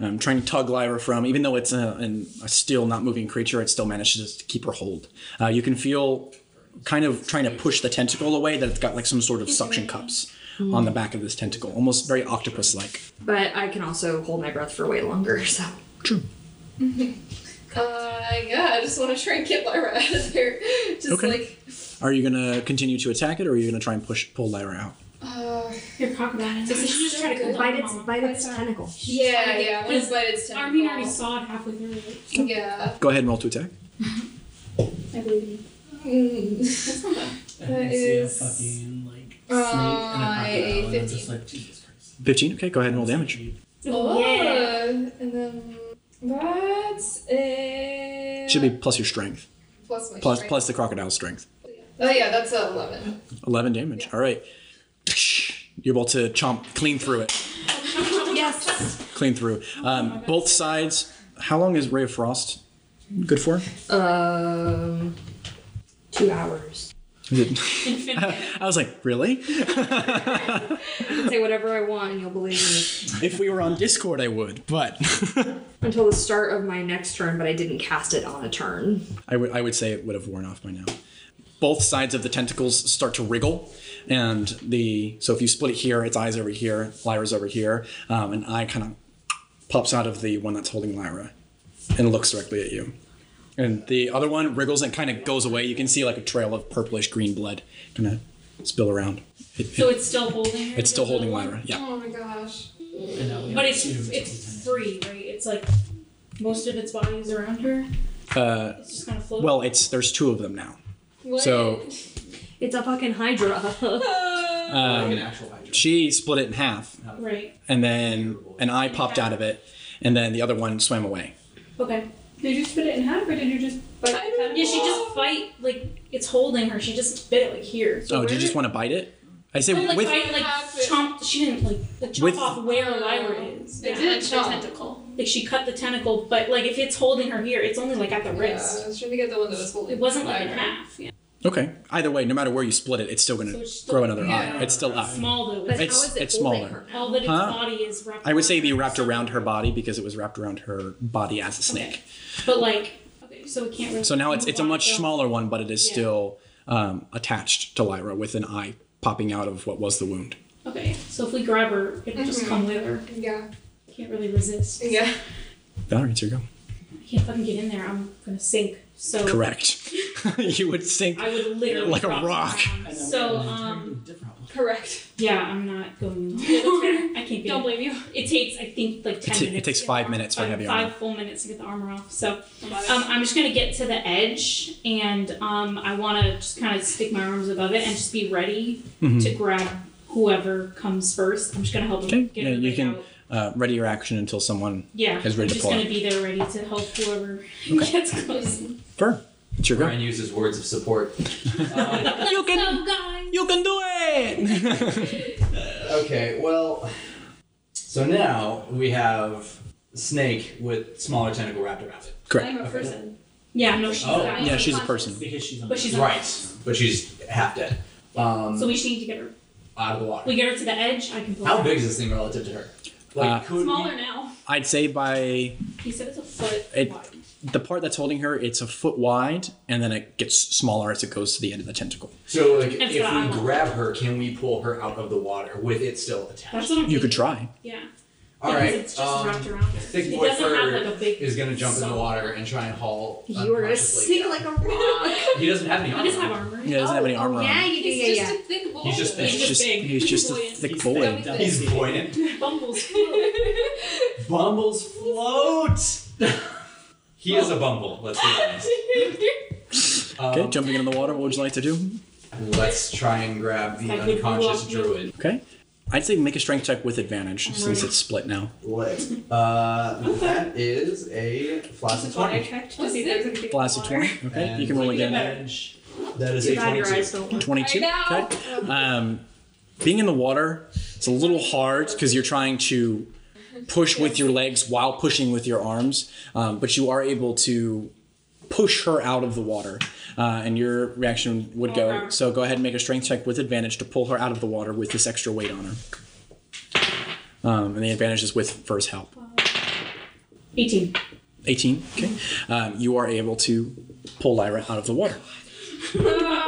um, trying to tug Lyra from, even though it's a, an, a still not moving creature, it still manages to keep her hold. Uh, you can feel kind of trying to push the tentacle away that it's got like some sort of suction cups on the back of this tentacle, almost very octopus like. But I can also hold my breath for way longer, so. True. Uh, yeah, I just want to try and get Lyra out of there. Just Okay. like, Are you going to continue to attack it or are you going to try and push pull Lyra out? uh, Your crocodile. This is just trying to good. Bite its, bite its tentacle. yeah, yeah, I'm gonna Is- bite its tentacle. Armin already saw it halfway through. It. Yeah. Go ahead and roll to attack. I believe in you. Mm. That I see a is- fucking like snake Uh, and a crocodile, and I'm just 15. like Jesus Christ. 15. Okay, go ahead and roll damage. Oh, And then that's a. Should be plus your strength, plus my plus, strength. plus the crocodile's strength. Oh yeah, that's a eleven. 11 damage. All right. You're able to chomp clean through it. Yes! clean through. Um, both sides. How long is Ray of Frost good for? Um, two hours. Is it- I was like, really? I can say whatever I want and you'll believe me. If we were on Discord, I would, but Until the start of my next turn, but I didn't cast it on a turn. I would I would say it would have worn off by now. Both sides of the tentacles start to wriggle, and the so if you split it here, its eyes over here, Lyra's over here, um, an eye kind of pops out of the one that's holding Lyra, and looks directly at you. And the other one wriggles and kind of goes away. You can see like a trail of purplish green blood kind of spill around. It- it- So it's still holding. her, It's still the other holding one? Lyra. Yeah. Oh my gosh. And now we But have it's two it's free, right? It's like most of its body is around her. Uh, It's just kind of floating. well, it's there's two of them now. What? So It's a fucking Hydra. like an um, actual hydra. she split it in half, right. and then an eye popped out of it, and then the other one swam away. Okay. Did you split it in half or did you just bite the tentacle? Yeah, she just bite like it's holding her. She just bit it like here. So oh, do where- you just want to bite it? I say No, like with bite, like Happened. chomp. She didn't like, like chomp With- off where Lyra is. It Yeah, did like, the chomp. tentacle. Like she cut the tentacle, but like if it's holding her here, it's only like at the Yeah, wrist. I was trying to get the one that was holding. It wasn't like in Lyra. half. Yeah. okay. Either way, no matter where you split it, it's still gonna So it's still- grow another yeah. eye. It's still up. Small though. But It's, how It's- is it it's holding smaller. her? all that its Huh? body is wrapped. I would say around be her. wrapped around her body because it was wrapped around her body as a snake. But like, okay, so it can't. Really So now it's it's a much smaller one, but it is Yeah. still um, attached to Lyra with an eye popping out of what was the wound. Okay, so if we grab her, it'll just Mm-hmm. come with her. Yeah. Can't really resist. Yeah. Valerie, it's your go. I can't fucking get in there. I'm gonna sink. So Correct. you would sink I would literally Like a drop rock. down. I know, So an entirely um, different one. Correct. yeah, I'm not going. I can't get. Don't in. blame you. It takes I think like ten ta- it minutes. takes to five get the armor- minutes for five, heavy five armor. full minutes to get the armor off. So um, I'm just gonna get to the edge and um, I want to just kind of stick my arms above it and just be ready Mhm. to grab whoever comes first. I'm just gonna help Okay, him get yeah, you everybody can- out. uh, ready your action until someone Yeah, is ready I'm to just pull gonna out. be there ready to help whoever gets close. Fur, it's your go. Ryan uses words of support. Um, You can, you can do it. okay, well, so now we have snake with smaller tentacle wrapped around it. Correct. I'm a person. Yeah, no, she's Oh, not. Yeah, she's a person. Because she's on But she's Right, but she's half dead. Um, So we just need to get her. out of the water. We get her to the edge. I can pull. How her. big is this thing relative to her? Like, Uh, could Smaller now. I'd say by He said it's a foot It- wide. the part that's holding her, it's a foot wide, and then it gets smaller as it goes to the end of the tentacle. So, like, It's if got we eyeball. grab her, can we pull her out of the water with it still That's attached? what I'm You could thinking. try. Yeah. All because right. It's just um, wrapped around her. thick it boy doesn't have fur like a big. is gonna jump in So- the water and try and haul. You are gonna unconsciously sink down. like a rock. He doesn't have any I armor. just have armor. Oh, Yeah, it doesn't have any armor yeah, on. you do, He's yeah, just yeah. a thick boy. He's just He's big. just big. he's just a Buoyant. thick He's boy. big. He's buoyant. Bumbles. Bumbles float. he is a bumble. Let's be honest. Um, Okay, jumping into the water. What would you like to do? Let's try and grab the Like we unconscious grew up with- druid. Okay, I'd say make a strength check with advantage since it's split now. Lick. Uh, that is a flaccid What I twenty. checked to see if there's anything. in the Blast of water. twenty. Okay, And you can roll with again. advantage, That is Too a bad your eyes twenty-two. don't work. Uh, Twenty-two. I know. Okay. Um, being in the water, it's a little hard because you're trying to push with your legs while pushing with your arms, um, but you are able to push her out of the water. Uh, and your reaction would go. So go ahead and make a strength check with advantage to pull her out of the water with this extra weight on her. Um, and the advantage is with first help. 18. 18. Okay. Um, you are able to pull Lyra out of the water. Oh,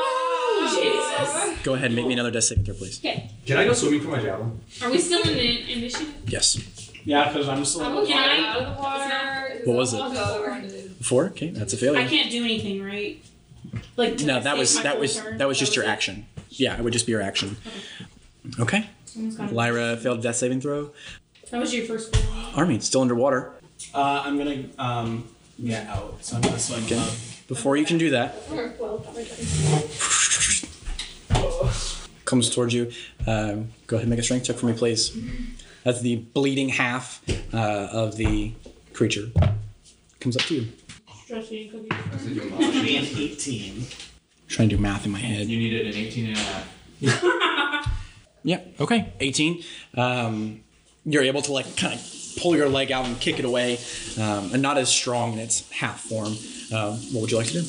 Oh, Go ahead and make me another death saving throw, please. Okay. Can I go swimming for my javelin? Are we still in the initiative? Yes. Yeah, because I'm still. I'm looking Can I- out of the water. Uh, What was it? I'll go. Four. Okay, that's a I failure. can't do anything, right? Like can I Oh, No, that save was my that whole was turn? that was just your it? action. Yeah, it would just be your action. Okay. Someone's got it. Lyra failed death saving throw. That was your first one. Army still underwater. Uh, I'm gonna um get out, so I'm uh, gonna swim Okay. up. Before you can do that, comes towards you. Um, go ahead and make a strength check for me, please. That's the bleeding half uh, of the creature. Comes up to you. Stretchy cookie. Should be an 18. Trying to do math in my head. You needed an 18 and a half. Yeah. Okay. 18. Um, you're able to like kind of pull your leg out and kick it away, um, and not as strong in its half form. Um, what would you like to do?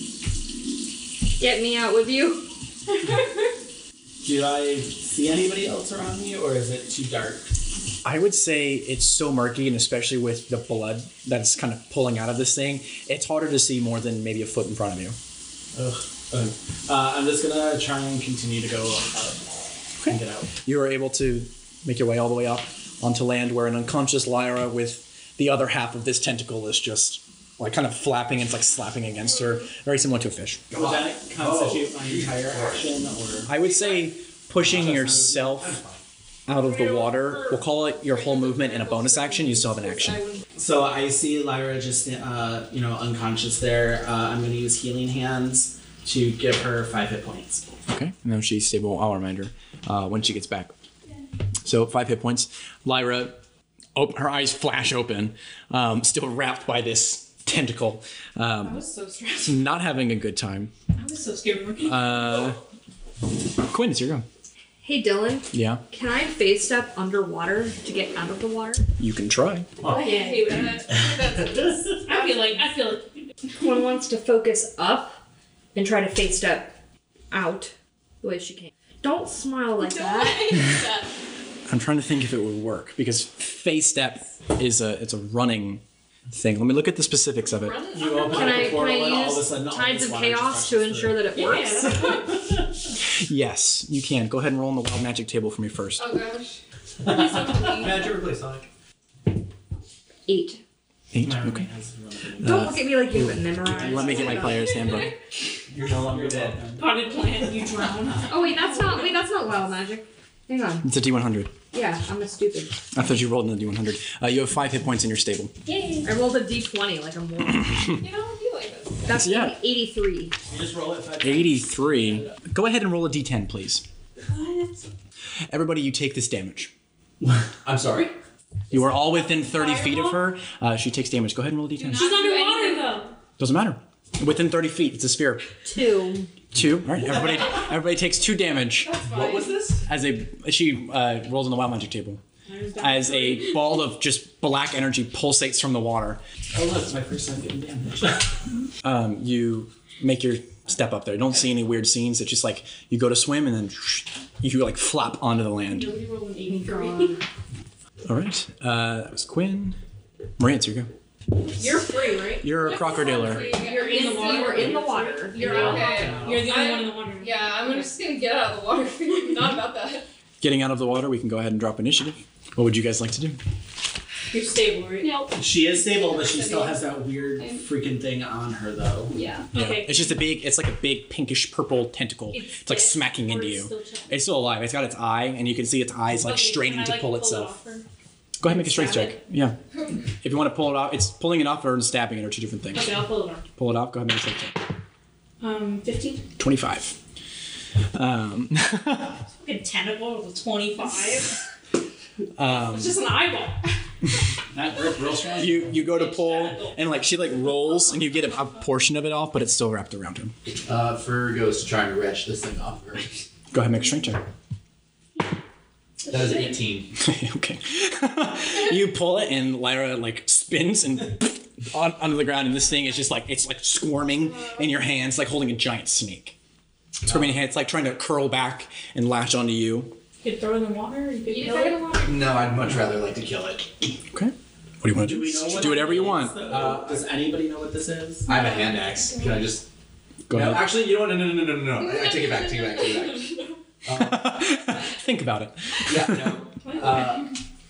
Get me out with you. Do I see anybody else around me, or is it too dark? I would say it's so murky, and especially with the blood that's kind of pulling out of this thing, it's harder to see more than maybe a foot in front of you. Ugh. Ugh. Uh, I'm just gonna try and continue to go up and get out. You are able to make your way all the way up onto land where an unconscious Lyra with the other half of this tentacle is just like kind of flapping and it's like slapping against her, very similar to a fish. Would that constitute my entire action, or I would say pushing yourself out of the water, we'll call it your whole movement and a bonus action, you still have an action. so? I see Lyra just uh, you know unconscious there. Uh, I'm gonna use healing hands to give her five hit points. Okay, and then she's stable. I'll remind her uh, when she gets back. So five hit points. Lyra, op- her eyes flash open, um, still wrapped by this tentacle, I um, was so stressed. not having a good time. I was so scared. Uh, Quinn, it's your go. Hey Dylan, Yeah, can I face step underwater to get out of the water? you can try. I hate that. Oh, I feel like I feel like One wants to focus up and try to face step out the way she came. Don't smile like that. I'm trying to think if it would work because face step is a it's a running thing. Let me look at the specifics of it. You open Can up I, the portal, and can I all of a use sudden, all Tides this of water just Chaos to rushes ensure through. that it works? Yes, you can. Go ahead and roll on the wild magic table for me first. oh gosh. Please don't leave. How'd you replace Sonic? Eight. Eight. My Okay. ring has one of them. Don't look at me like you haven't memorized. Let me get my player's handbook. You're no longer dead. potted plant. You drown. Oh wait, that's not wait, that's not wild magic. Hang on. It's a D100. Yeah, I'm a stupid. I thought you rolled in the D100. Uh, you have five hit points in your stable. Yay. I rolled a d20 like a moron. You know, you like this. That's Yeah. 83. You just roll it five. 83. Go ahead and roll a D10, please. Everybody, you take this damage. I'm sorry. You are all within 30 feet of her. Uh, she takes damage. Go ahead and roll a D10. She's underwater though. Doesn't matter. Within 30 feet, it's a sphere. Two. Two. All right. Everybody, everybody takes two damage What was this? as a she uh, rolls on the wild magic table. As a ball of just black energy pulsates from the water. Oh look, my first time getting damaged. Um, you make your step up there. Don't see any weird scenes. It's just like you go to swim and then you like flop onto the land. We rolled an 83. All right. Uh, that was Quinn. Marantz, here you go. You're free, right? You're a crocodiler. You're in the water. You were in the water. You're out. okay. You're the only I- one in the water. Yeah, I'm just gonna get out of the water. Not about that. Getting out of the water, we can go ahead and drop initiative. What would you guys like to do? You're stable, right? Nope. She is stable, but she still has that weird freaking thing on her though. Yeah. Okay. It's just a big, it's like a big pinkish purple tentacle. It's, like dead, smacking or into it's you. still chilling? It's still alive. It's got its eye, and you can see its eyes like Okay, straining can I, to like, pull, it itself. off or- Go ahead and make a strength Stab check. Yeah. if you want to pull it off, it's pulling it off or stabbing it are two different things. Okay, I'll pull it off. Pull it off, go ahead and make a strength check. Um, 15. 25. Um, Fucking tentacle with a 25. um, It's just an eyeball. That grip real strong. you you go to pull and like she like rolls and you get a, a portion of it off, but it's still wrapped around him. Uh, Fur goes to try and wrench this thing off her. Go ahead, and make a strength check. That was 18. okay. you pull it, and Lyra like spins and on onto the ground, and this thing is just like it's like squirming in your hands, like holding a giant snake. Squirming in your hand, it's like trying to curl back and latch onto you. You could throw it in the water. You could You kill just had it. a water. No, I'd much rather like to kill it. Okay. What do you want to do? we know what do whatever you it is, want. though? Uh, does anybody know what this is? I have a hand axe. Can I just? Go no, ahead. actually, you know what? No, no, no, no, no, no. I, I take it back. Take it back. Take it back. Think about it. Yeah, no. Uh,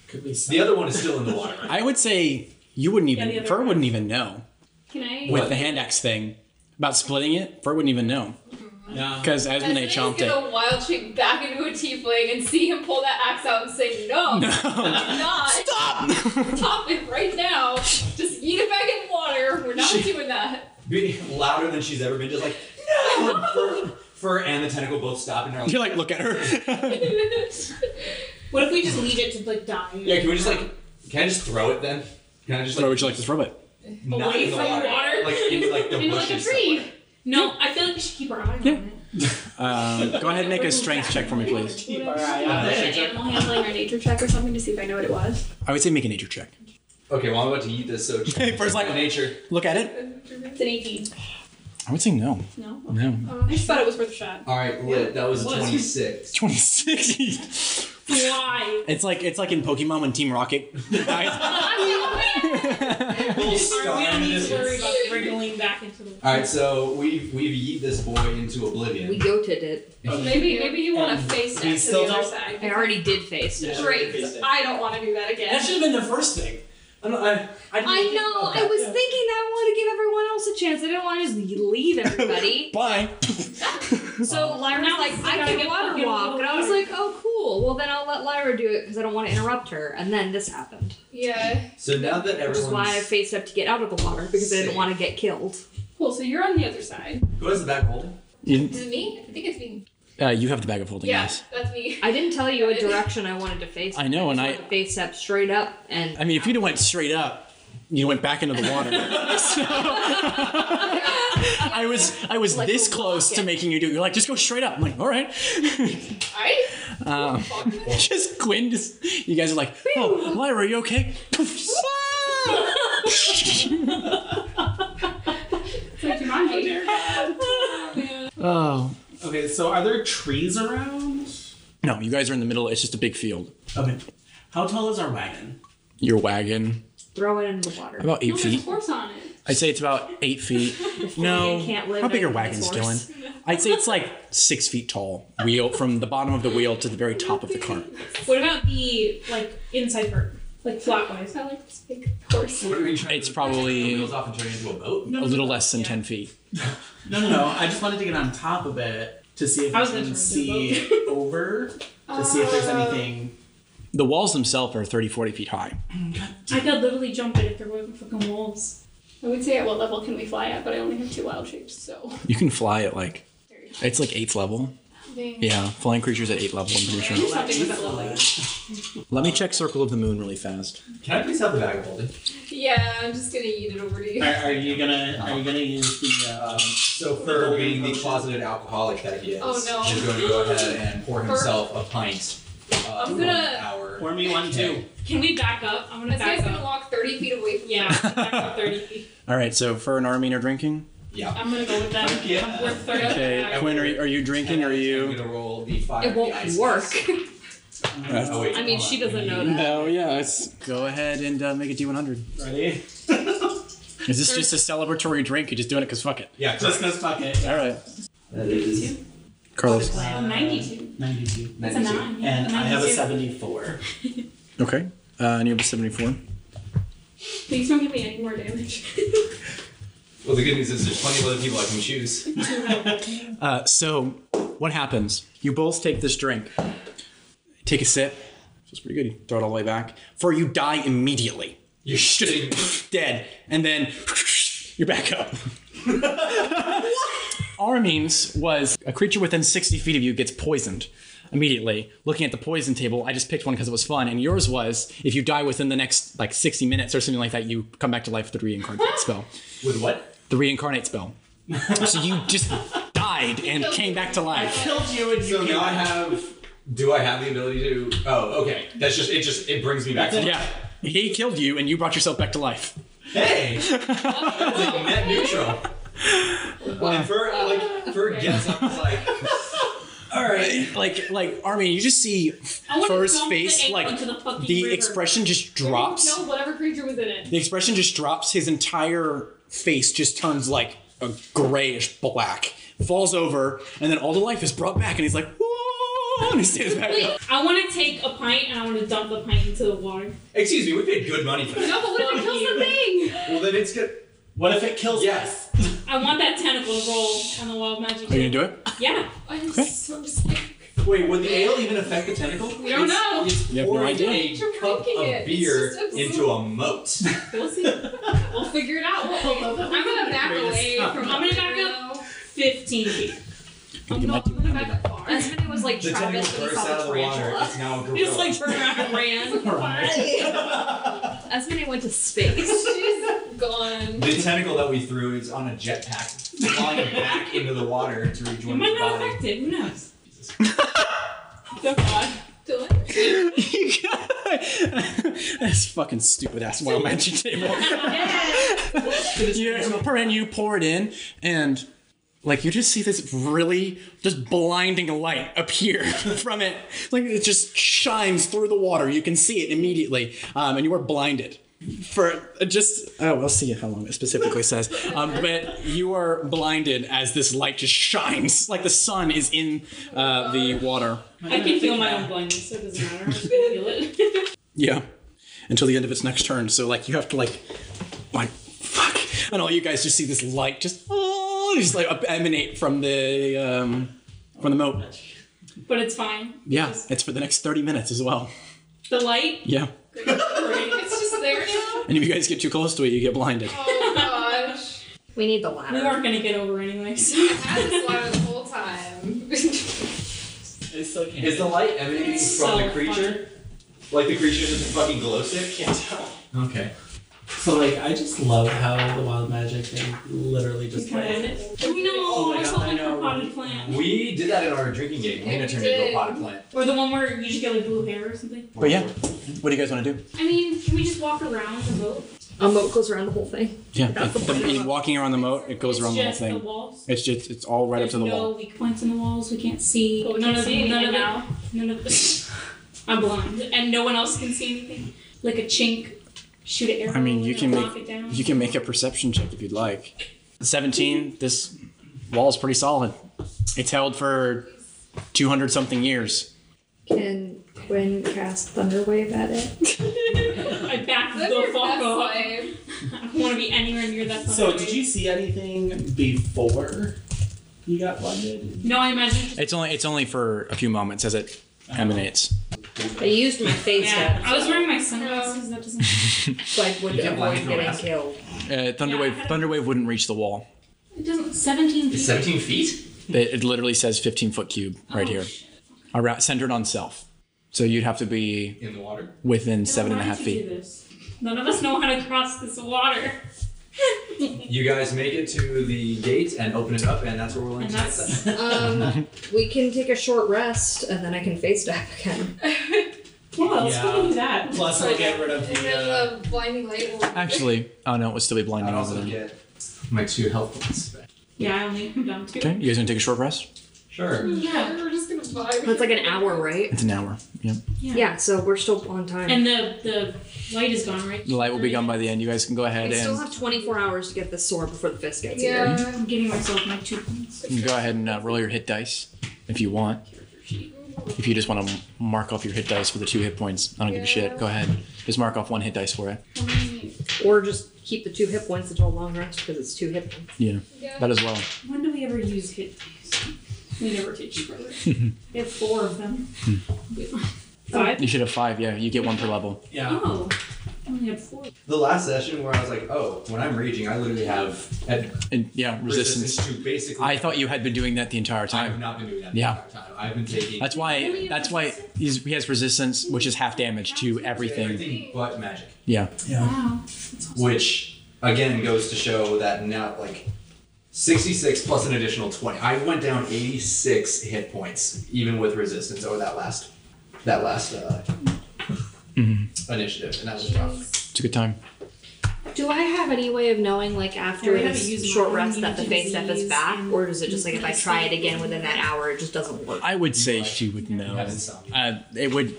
Could we? the other one is still in the water. I would say you wouldn't the even other Fur one. wouldn't even know Can I? with the hand axe thing about splitting it. Fur wouldn't even know No. because As Esmene he's chomped it. gonna wild shape back into a tiefling and see him pull that axe out and say, No, no. not. Stop! Stop it right now. Just eat it back in water. We're not doing that. Be louder than she's ever been. Just like no. Fur, fur and the tentacle both stop and are like. You're like, look at her. What if we just leave it to like die? Yeah, can we just like? Can I just throw it then? Can I just Where like would you like to throw it? not Away in the from water, water? like into like the Into, like, a bushes tree. somewhere? No, I feel like we should keep our eye on Yeah. it. Um, go ahead and make a strength check for me, please. Keep our eye on Yeah. it. An animal handling or nature check or something to see if I know what it was. I would say make a nature check. Okay, well I'm about to eat this, so Fur's like, nature. look at it. It's an 18. I would say no. No. No. I just thought it was worth a shot. All right, lit. That was a What? 26. 26. Why? it's like it's like in Pokemon when Team Rocket dies. Little Are we star don't in need this. to worry about it wriggling back into the. All right, so we've we've yeet this boy into oblivion. We goated it. Maybe maybe you want to face we next to the still other don't- side. I already did face it. Great. I don't want to do that That again. should have been the first thing. I don't. I, I, didn't I think know. about I that. was Yeah. thinking that I want to give everyone else a chance. I didn't want to just leave everybody. Bye. So Lyra's now like, we I gotta can get water fucking walk, and I was water. like, oh cool. Well then I'll let Lyra do it because I don't want to interrupt her. And then this happened, Yeah. So now that which is everyone's why I faced up to get out of the water because I didn't Sick. want to get killed. Cool. So you're on the other side. who has the back holding? You, Is it me? I think it's me. uh, you have the bag of holding. Yeah, Yes. that's me. I didn't tell you a direction I wanted to face. I know, and just I- wanted to face up straight up, and I mean, if you'd have went straight up, you went back into the water. so, I was I was Like this a close to rocket. making you do. it. You're like, just go straight up. I'm like, all right. Alright? Um, just Quinn. Just you guys are like, oh, Lyra, are you okay? It's like Jumanji. oh Okay, so are there trees around? no, you guys are in the middle. It's just a big field. Okay. How tall is our wagon? Your wagon, throw it into the water. about No, eight there's a feet. horse on it. I'd say it's about eight feet. No, wagon can't live how big in are this wagons doing? horse. I'd say it's like six feet tall. Wheel from the bottom of the wheel to the very top of the cart. What about the like inside part, like flatwise? I like this big horse. What are we trying It's to- probably- The wheels off and turn it into a boat. A little less than ten feet. No, no, no. I just wanted to get on top of it to see if I I, was gonna can turn see over to see if there's Uh, anything. The walls themselves are 30, 40 feet high. I could literally jump it if there wasn't fucking wolves. I would say at what level can we fly at, but I only have two wild shapes, so. You can fly at like, it's like eighth level. Yeah, flying creatures at eight level, I'm pretty sure. Something with that level. Let me check Circle of the Moon really fast. Can I please have the bag of holding? Yeah, I'm just gonna eat it over to you. Are, are you gonna Are you gonna use the? Um, So Fur, being the closeted alcoholic that he is, Oh, no. is going to go ahead and pour himself a pint. Uh, I'm from gonna- Our... pour me one too. Can we back up? I'm gonna This back guy's up. gonna walk 30 feet away from Yeah, back up thirty feet. All right, so Fur and Armin are drinking. Yeah. I'm gonna go with them. Yeah. We're thirty. Okay, back. Quinn, are you, are you drinking? Are I'm you? gonna roll the fire. It won't the ice work. dice. Uh, Oh, wait, I mean, hold she on. doesn't know that. No, yeah. It's, go ahead and uh, make a D100. Ready? Is this just a celebratory drink? You're just doing it because fuck it. Yeah, Just correct. cause fuck it. All right. That is Carlos. I'm Ninety-two. Ninety-two. That's a 92. nine. yeah, And I have a 92. seventy-four. Okay. Uh, and you have a 74. Please don't give me any more damage. Well, the good news is there's plenty of other people I can choose. Uh, so, what happens? You both take this drink, take a sip. It's pretty good. You throw it all the way back. For you die immediately. You're shitting. me. dead, and then you're back up. Armin's was a creature within 60 feet of you gets poisoned immediately. Looking at the poison table, I just picked one because it was fun, and yours was if you die within the next like 60 minutes or something like that, you come back to life with the reincarnate spell. With what? The reincarnate spell. so you just died and came back to life. Killed you and you. So now I have Do I have the ability to? Oh, okay. That's just it. Just it brings me back to Yeah. He killed you and you brought yourself back to life. Hey, that's like net neutral. And for like for guess, I was like, all right. Like like Army, you just see I wanna Fur's dump the face ankle like into the fucking river. expression just You drops. killed whatever creature was in it. The expression just drops. His entire face just turns like a grayish black, falls over, and then all the life is brought back, and he's like, "Whoa!" and he stands back Wait, up. I want to take a pint and I want to dump the pint into the water. Excuse me, we paid good money for this. No, but what if it kills the thing? Well, then it's good. What if it kills Yes. I want that tentacle to roll on the wild magic. Are you gonna do it? Yeah. I'm so scared. Wait, would the ale even affect the tentacle? We don't know. It's You have no pouring idea. a You're cup drinking of it. It's beer just absurd. into a moat. We'll see. We'll figure it out. We'll- I'm gonna back away from. I'm gonna back up 15 feet. I'm not I'm gonna back up far. Esmond was like The tentacle Travis when bursts he saw out the of the water. tarantula. It's now a gorilla. Just like turn around and ran. Esmond went to space. She's gone. the tentacle that we threw is on a jetpack, flying back into the water to It rejoin might its not body. affect it. Who knows? So God. Dylan? That's fucking stupid ass wild magic table. yeah, Peren, you pour it in, and like you just see this really just blinding light appear from it. Like it just shines through the water. You can see it immediately, um, and you are blinded. For uh, just, oh, we'll see how long it specifically says. Um, but you are blinded as this light just shines, like the sun is in uh, the water. I can feel my own blindness, so it doesn't matter. I can feel it. Yeah. Until the end of its next turn. So like you have to like like fuck. And all you guys just see this light just oh, just like up- emanate from the um from the moat. but it's fine. Yeah. It's for the next 30 minutes as well. The light. Yeah. It's just there now? And if you guys get too close to it, you get blinded. Oh gosh. we need the We ladder. weren't gonna get over anyway. So. I was lying the whole time. It still can't. Is the light emanating It's from so the creature? Like the creature doesn't fucking glow stick? can't tell. Okay. So like, I just love how the wild magic thing literally just Can I end like. it? Oh No, my I God, felt I like know. a potted plant. We did that in our drinking game. We're gonna turn it into a potted plant. Or the one where you just get like blue hair or something. But yeah. What do you guys want to do? I mean, can we just walk around the boat? A moat goes around the whole thing. Yeah. It, the, it- walking around the moat, it goes It's around the whole just The thing. walls. It's just it's all right up There's to the no wall. weak points in the walls. We can't see. But we none can of see it. None of anything it. None of it. I'm blind, and no one else can see anything. Like a chink, shoot an arrow. I mean, you and can it'll make- knock it down. You can make a perception check if you'd like. 17, this wall is pretty solid. It's held for 200 something years. Can Quinn cast Thunderwave at it? I back Live the your fuck best up. I life. don't want to be anywhere near that. So fucking did thing. you see anything before you got blinded? No, I imagine. It's only it's only for a few moments as it emanates. I used my phase Yeah, step, I was wearing my sunglasses. That doesn't. so I wouldn't Yeah, why avoid you getting ask? killed. Uh, Thunderwave Yeah. Thunderwave wouldn't reach the wall. It doesn't. Seventeen. feet. It's 17 feet? It, it literally says 15 foot cube right Oh, here, shit. around, centered on self. So you'd have to be In the water. within seven and a Why half did you feet. do this? None of us know how to cross this water. You guys make it to the gate and open it up, and that's where we're going And to that's- Um, we can take a short rest, and then I can phase step again. Yeah, let's Yeah. fucking do that. Plus, I'll get rid of And the. then Uh, the blinding light will. Actually, oh no, it would still be blinding I over also them. get my two health points back. Yeah, I only am down two. Okay, you guys gonna take a short rest? Sure. Yeah. We're just gonna vibe. That's like an hour, right? It's an hour. Yep. Yeah. Yeah, so we're still on time. And the the light is gone, right? The light will be gone by the end. You guys can go ahead we still and have 24 hours to get this sword before the fist gets here. Yeah. I'm giving myself my two points. you can go ahead and uh, roll your hit dice if you want. If you just want to mark off your hit dice for the two hit points, I don't give a shit. Go ahead, just mark off one hit dice for it. Or just keep the two hit points until a long rest because it's two hit points. Yeah, Yeah. that as well. When do we ever use hit dice? We never did Schroeder. we have four of them. Hmm. Five? You should have five. Yeah, you get one per level. yeah. Oh. I only had four. The last session where I was like, oh, when I'm raging, I literally have had And yeah, resistance, resistance. to basically. I thought you had been doing that the entire I have time. not been doing that Yeah. the entire time. I've been taking That's why. That's why he's, he has resistance, which is half damage to everything. everything but magic. Yeah. Wow. Which, again, goes to show that now, like, 66 plus an additional 20. I went down 86 hit points, even with resistance over that last that last uh, initiative, and that was rough. It's a good time. Do I have any way of knowing, like, after Yeah, we haven't this used short mine. rest, You that the can face step is use- back, or is it just like if I try it again within that hour, it just doesn't work? I would say she would know. have insomnia. Uh, it would,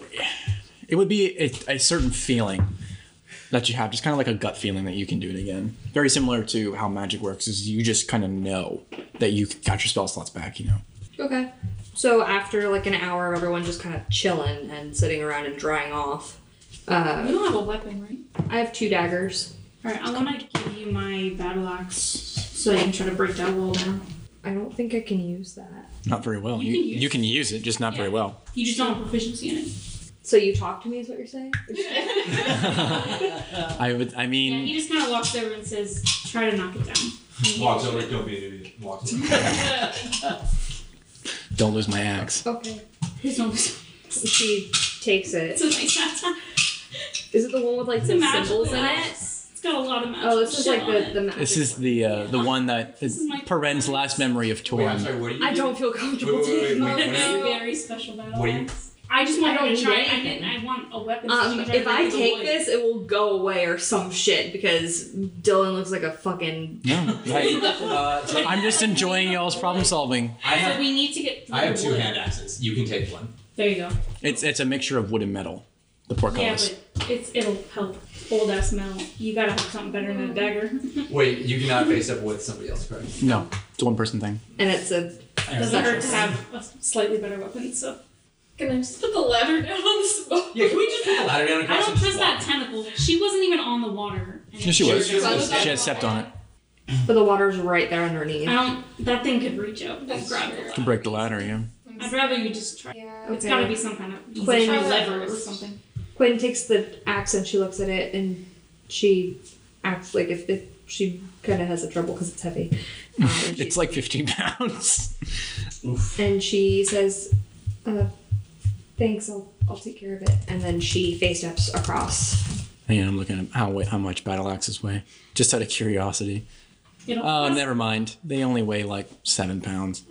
it would be a, a certain feeling that you have, just kind of like a gut feeling that you can do it again. Very similar to how magic works, is you just kind of know that you got your spell slots back. You know. Okay. So after like an hour, everyone just kind of chilling and sitting around and drying off. Uh, You don't have a weapon, right? I have two daggers. All right, I want to give you my battle axe so I can try to break that wall down. I don't think I can use that. Not very well. You You, can use you can use it, just not very Yeah. well. You just don't have proficiency in it. So you talk to me is what you're saying? I would. I Yeah, mean, he just kind of walks over and says, "Try to knock it down." Walks over, don't be an idiot. Walks over. don't lose my axe. Okay. His own. It's She takes it. a nice axe. Is it the one with like It's a some magical symbols in it? axe. It's got a lot of magical Oh, this is shit like on the it. the magic This is one. the uh, the one that This is my- Peren's last memory of Wait, I'm Torin. sorry, what do you I don't feel comfortable Wait, wait, wait, taking wait, what it. It's is a it? very special battle What do you- axe. I just want I her to don't try need it. I, anything. didn't, I want a weapon. so Um, she can try to if I break the take wood. this, it will go away or some shit because Dylan looks like a fucking. No, I, Uh, so I'm just enjoying y'all's problem solving. I so have we need to get. through I have the two wood. hand axes. You can take one. There you go. It's it's a mixture of wood and metal. The Yeah, portcullis. but it's it'll help old ass Mel. You gotta have something better Mm. than a dagger. Wait, you cannot face up with somebody else, correct? no, it's a one person thing. And it's a. Doesn't hurt to have a slightly better weapon. So Can I just put the ladder down on the spot? Yeah, can we just put the ladder down I across don't trust that tentacle. She wasn't even on the water. and No, it- she was. She was- had stepped on it. But the water's right there underneath. I don't. That thing could reach out and That's grab true. her. Can break the ladder, yeah. I'd rather you just try. Yeah. It's Okay. gotta be some kind of Quinn. easy try lever or something. Quinn takes the axe and she looks at it and she acts like if, if she kind of has a trouble because it's heavy. Um, and, she, It's like 15 pounds. and she says, uh, "Thanks, I'll, I'll take care of it." And then she face steps across. Hang on, I'm looking at how wa- how much battle axes weigh. Just out of curiosity. It'll, Oh, never mind. They only weigh like seven pounds.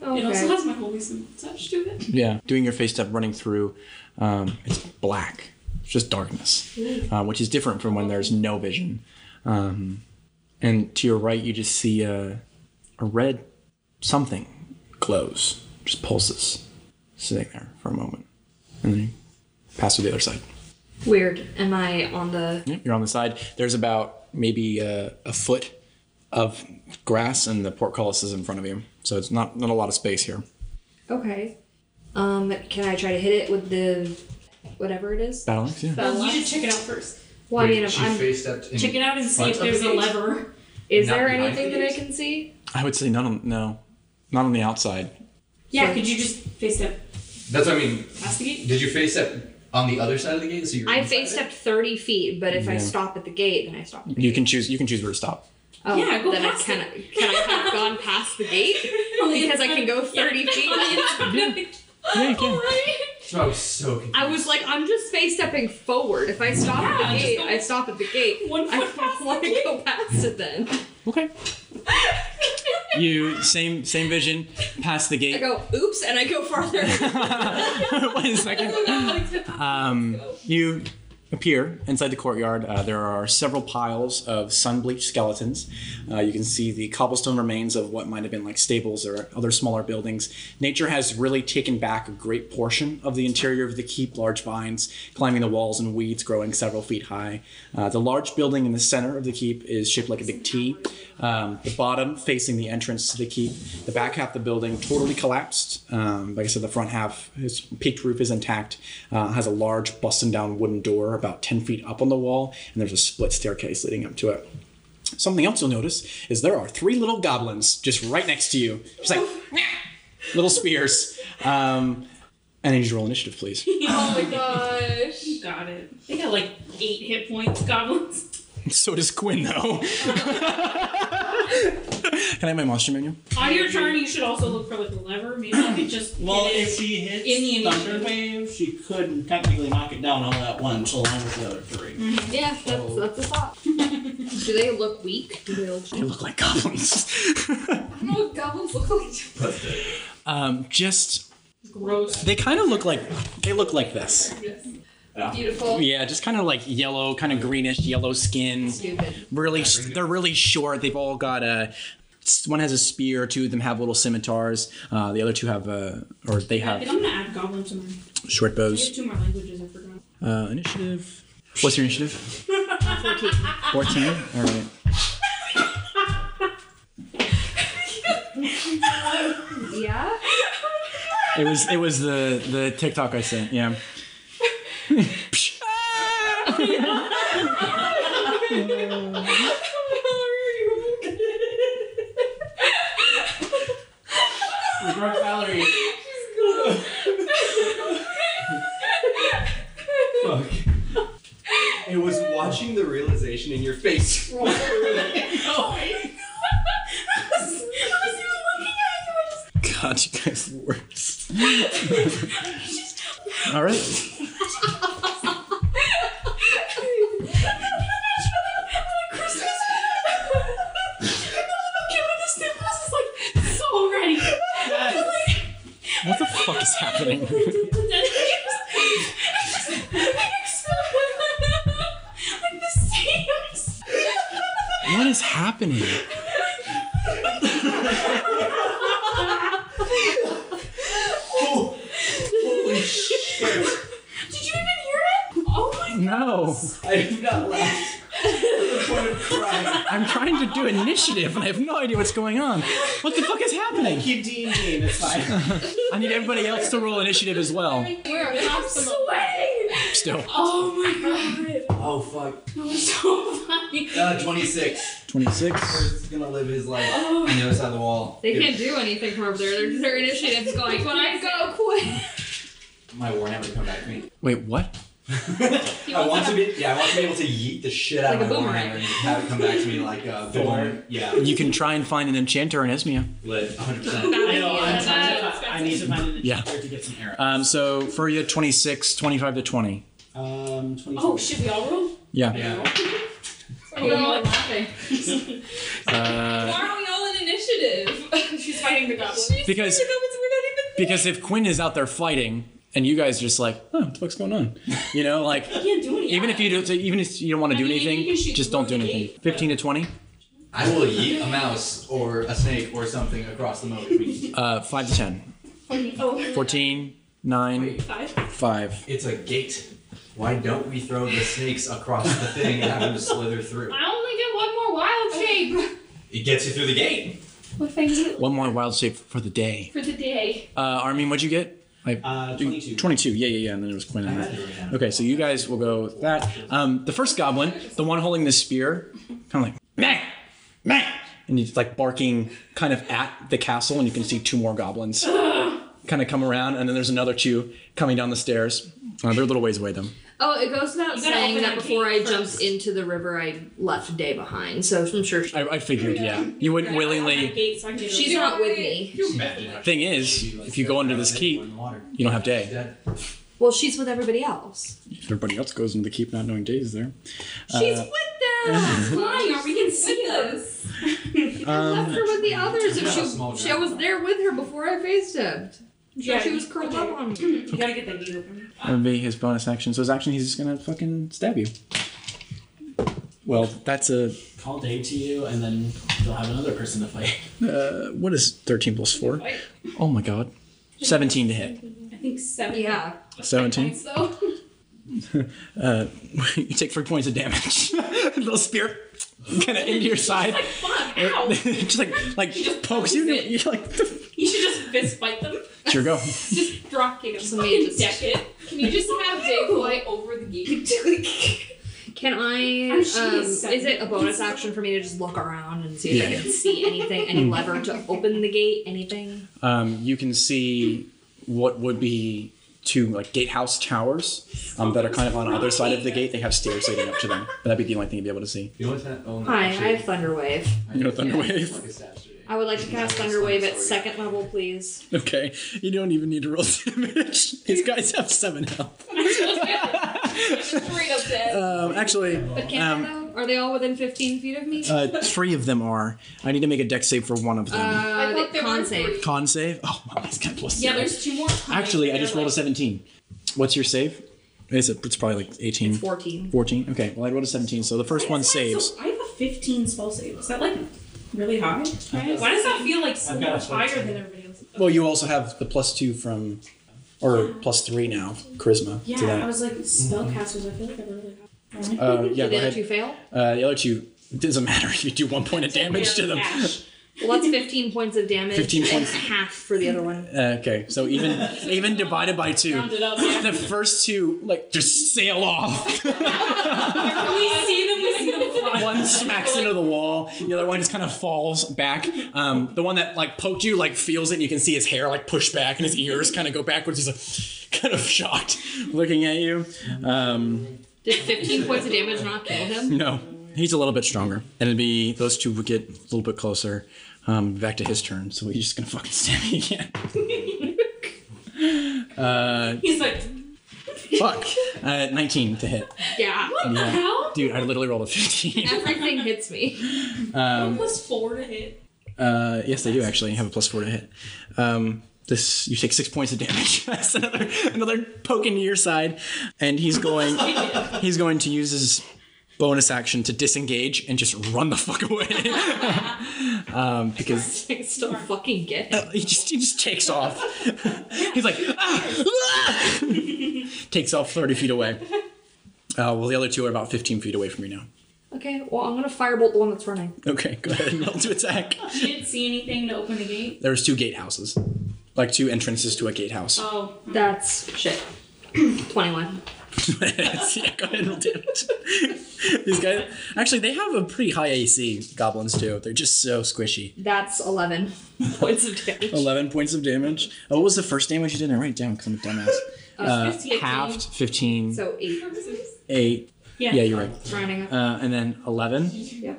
it also Okay. has my holy symbol attached to it. Yeah, doing your face step, running through. Um, it's black. It's just darkness, uh, which is different from when there's no vision. Um, and to your right, you just see a, a red something glows, just pulses, sitting there for a moment, and then you pass to the other side. Weird. Am I on the? Yep, you're on the side. There's about maybe a, a foot of grass, and the portcullis is in front of you. So it's not, not a lot of space here. Okay. Um, can I try to hit it with the whatever it is? Battle axe, yeah. You should check it out first. Well, I Wait, mean, if she I'm, face stepped in Check it out and see front if of there's the a gate? lever. is not there behind anything the that I gate? can see? I would say not on no, not on the outside. Yeah, Sure. could you just face step That's what I mean. past the gate? Did you face up on the other side of the gate? So you're I inside face it? stepped thirty feet, but if I Yeah. stop at the gate, then I stop. At the You gate. can choose. You can choose where to stop. Oh, Yeah, go then past I can, can I have gone past the gate because I can go thirty feet. Yeah, Oh you can. So I was so confused. I was like, I'm just face stepping forward. If I stop Yeah, at the just gate, go- I stop at the gate. One I foot past the want to gate. go past it then. Okay. You same same vision. Past the I gate. go, oops, and I go farther. Wait a second. Um, you appear inside the courtyard. Uh, there are several piles of sun bleached skeletons. Uh, you can see the cobblestone remains of what might have been like stables or other smaller buildings. Nature has really taken back a great portion of the interior of the keep, large vines climbing the walls and weeds growing several feet high. Uh, the large building in the center of the keep is shaped like a big T. Um, the bottom facing the entrance to the keep. The back half of the building totally collapsed. Um, like I said, the front half, its peaked roof is intact. Uh, has a large busted down wooden door about 10 feet up on the wall, and there's a split staircase leading up to it. Something else you'll notice is there are three little goblins just right next to you. Just like little spears. Um, and I need you to roll initiative, please. Oh my gosh. You got it. They got like eight hit points, goblins. So does Quinn, though. Can I have my monster menu? On your turn, you should also look for like a lever. Maybe you could just Well, get it if she hits in the Thunder initiative. Wave, two, she could technically knock it down all at once along with the other three. Yeah, that's, that's a thought. Do they look weak? Do they look They look like goblins. I don't know what goblins look like. um, just Gross. they kind of look like they look like this. Beautiful. Yeah, just kind of like yellow, kind of greenish yellow skin. Stupid. Really, s- they're really short. They've all got a. One has a spear. Two of them have little scimitars. Uh, the other two have a, or they I have think I'm gonna add goblin to mine. short We bows. have two more languages. I forgot. Uh, initiative. What's your initiative? Fourteen. All right. Yeah? It was it was the the TikTok I sent. Yeah. Brooke Valerie. Fuck. It was watching the realization in your face. roll through that. God, you guys are worse. All right. So ready. What the fuck is happening? What is happening? Oh, holy shit! No, I do not laugh to the point of crying. I'm trying to do initiative and I have no idea what's going on. What the fuck is happening? Keep D and D, it's fine. I need everybody else to roll initiative as well. We're awesome. Still, Oh fuck. That was so funny. Uh, 26. 26. First is gonna live his life on the other side of the wall. Oh. They Dude, can't do anything from over there. Their, their initiative's going. When I go, My warhammer come back to me. Wait, what? I want to be yeah, I want to be able to yeet the shit out Like of a my warhammer boomerang. and have it come back to me like a boomerang. Yeah, You can try and find an enchanter in Esmia. lit 100. percent I know, I'm trying to That's fi- I need to find an Yeah. engineer to get some arrows. Um, so for you, 26, 25 to 20. Um, 22. Oh, should we all roll? Yeah. Yeah. We're all laughing. Uh, Why are we all in initiative? She's fighting the goblin. Because- the goblins were not even Because if Quinn is out there fighting and you guys are just like, oh, what the fuck's going on? You know, like I can't do anything. even if you don't, even if you don't want to I do mean, you anything, can shoot just don't do the anything. Fifteen to twenty, I will yeet a mouse or a snake or something across the moat. if we need to. uh, five to ten. Oh, 14, 9, five. 5. It's a gate. Why don't we throw the snakes across the thing and have them slither through? I only get one more wild shape It gets you through the gate. What if I use it One more wild shape for the day. for the day. Uh, Armin, what'd you get? Like Uh, 22. 22. Yeah, yeah, yeah. And then it was Quinn. in there. Okay, so you guys will go with that. Um, the first goblin, the one holding the spear, kind of like, meh, meh. And he's like barking kind of at the castle, and you can see two more goblins kind of come around. And then there's another two coming down the stairs. Uh, they're a little ways away, though. Oh, it goes without You gotta saying open that that before I gate jumped first. into the river, I left Day behind. So I'm sure she, I, I figured, yeah. You wouldn't My willingly. gates, I can get she's over. not with me. Thing is, if you go under this keep, you don't have day. Well, she's with everybody else. Everybody else goes into the keep not knowing days there. She's with them. flying, or we can see them. this? I left her with the others, and Not a she, small she I was dragon. there with her before I face dipped. So Yeah, she was you- curled okay. up on me. You gotta get that gate open. That would be his bonus action. So his action, he's just gonna fucking stab you. Well, that's a Call Dave to you, and then you'll have another person to fight. uh, what is thirteen plus four? Oh my god, seventeen to hit. I think seven. Yeah. Seventeen. So Uh, you take three points of damage. Little spear, kind of into your side. Fuck, ow. just like like just pokes you. punches it. You're like, You should just fist fight them. it's your go. Just drop kick them. So maybe Fucking just- deck it. Can you just have Day fly over the gate? Can I? I'm sure Um, he's is seven. it a bonus action for me to just look around and see if Yeah. Hmm. I can see anything, any lever to open the gate, anything? um, you can see what would be two like gatehouse towers um, that are kind of on either side of the gate. They have stairs leading up to them, but that'd be the only thing you'd be able to see. You know what's that? Oh, no, Hi, I actually, have Thunderwave. I You know did that. Thunderwave? Like a Saturday. I would like to cast Thunder Wave at second level, please. Okay, you don't even need to roll damage. These guys have seven health. Straight up dead. Um, actually, But can um, I though? Are they all within 15 feet of me? uh, three of them are. I need to make a deck save for one of them. Uh, thought they they con were save. free. Con save. Oh, wow, that's got plus. Yeah, zero. there's two more. coming. Actually, I They're just rolled a like- seventeen. What's your save? It's, a, it's probably like eighteen. 14. 14? Okay, well, I rolled a 17, so the first one saves. So I have a 15 spell save. Is that like really high? Right? Why does that feel like so I've got a much higher 14. than everybody else? Well, you also have the plus two from, or plus three now, charisma to Yeah, I that. was Mhm. like spellcasters. I feel like I'm really high. Uh, yeah, Did go the other two ahead. fail? Uh, the other two, it doesn't matter. You do one point of damage to them. Ash. Well, that's 15 points of damage. 15 and points. half for the other one. Uh, okay, so even even divided by two, Round it up. the first two like just sail off. we see them. We see them fly. One smacks into the wall. The other one just kind of falls back. Um, the one that like poked you like feels it. And you can see his hair like push back and his ears kind of go backwards. He's like kind of shocked, looking at you. Um, Did 15 points of damage not kill him? No, he's a little bit stronger. And it'd be those two would get a little bit closer. Um, back to his turn, so he's just gonna fucking stab me again. uh, He's like, fuck. Uh, 19 to hit. Yeah. what the Yeah. hell? Dude, I literally rolled a 15. Everything hits me. Um, Plus four to hit. uh, yes, they do actually have a plus four to hit. Um, this you take six points of damage. That's another another poke into your side, and he's going he's going to use his bonus action to disengage and just run the fuck away. um, because I still fucking get it. Uh, he just he just takes off. He's like, ah, ah!" takes off thirty feet away. Uh, well, the other two are about fifteen feet away from you now. Okay, well, I'm gonna firebolt the one that's running. Okay, go ahead and roll to attack. She didn't see anything to open the gate. There's two gatehouses, like two entrances to a gatehouse. Oh, That's shit. 21. yeah, go ahead and roll damage. These guys actually they have a pretty high AC. Goblins too. They're just so squishy. That's 11 points of damage. Eleven points of damage. Oh, what was the first damage you did? I write it down because I'm a dumbass. Uh, halved, fifteen, So 8. eight. yeah. Yeah, you're right. Running up. Uh, and then eleven. Yeah.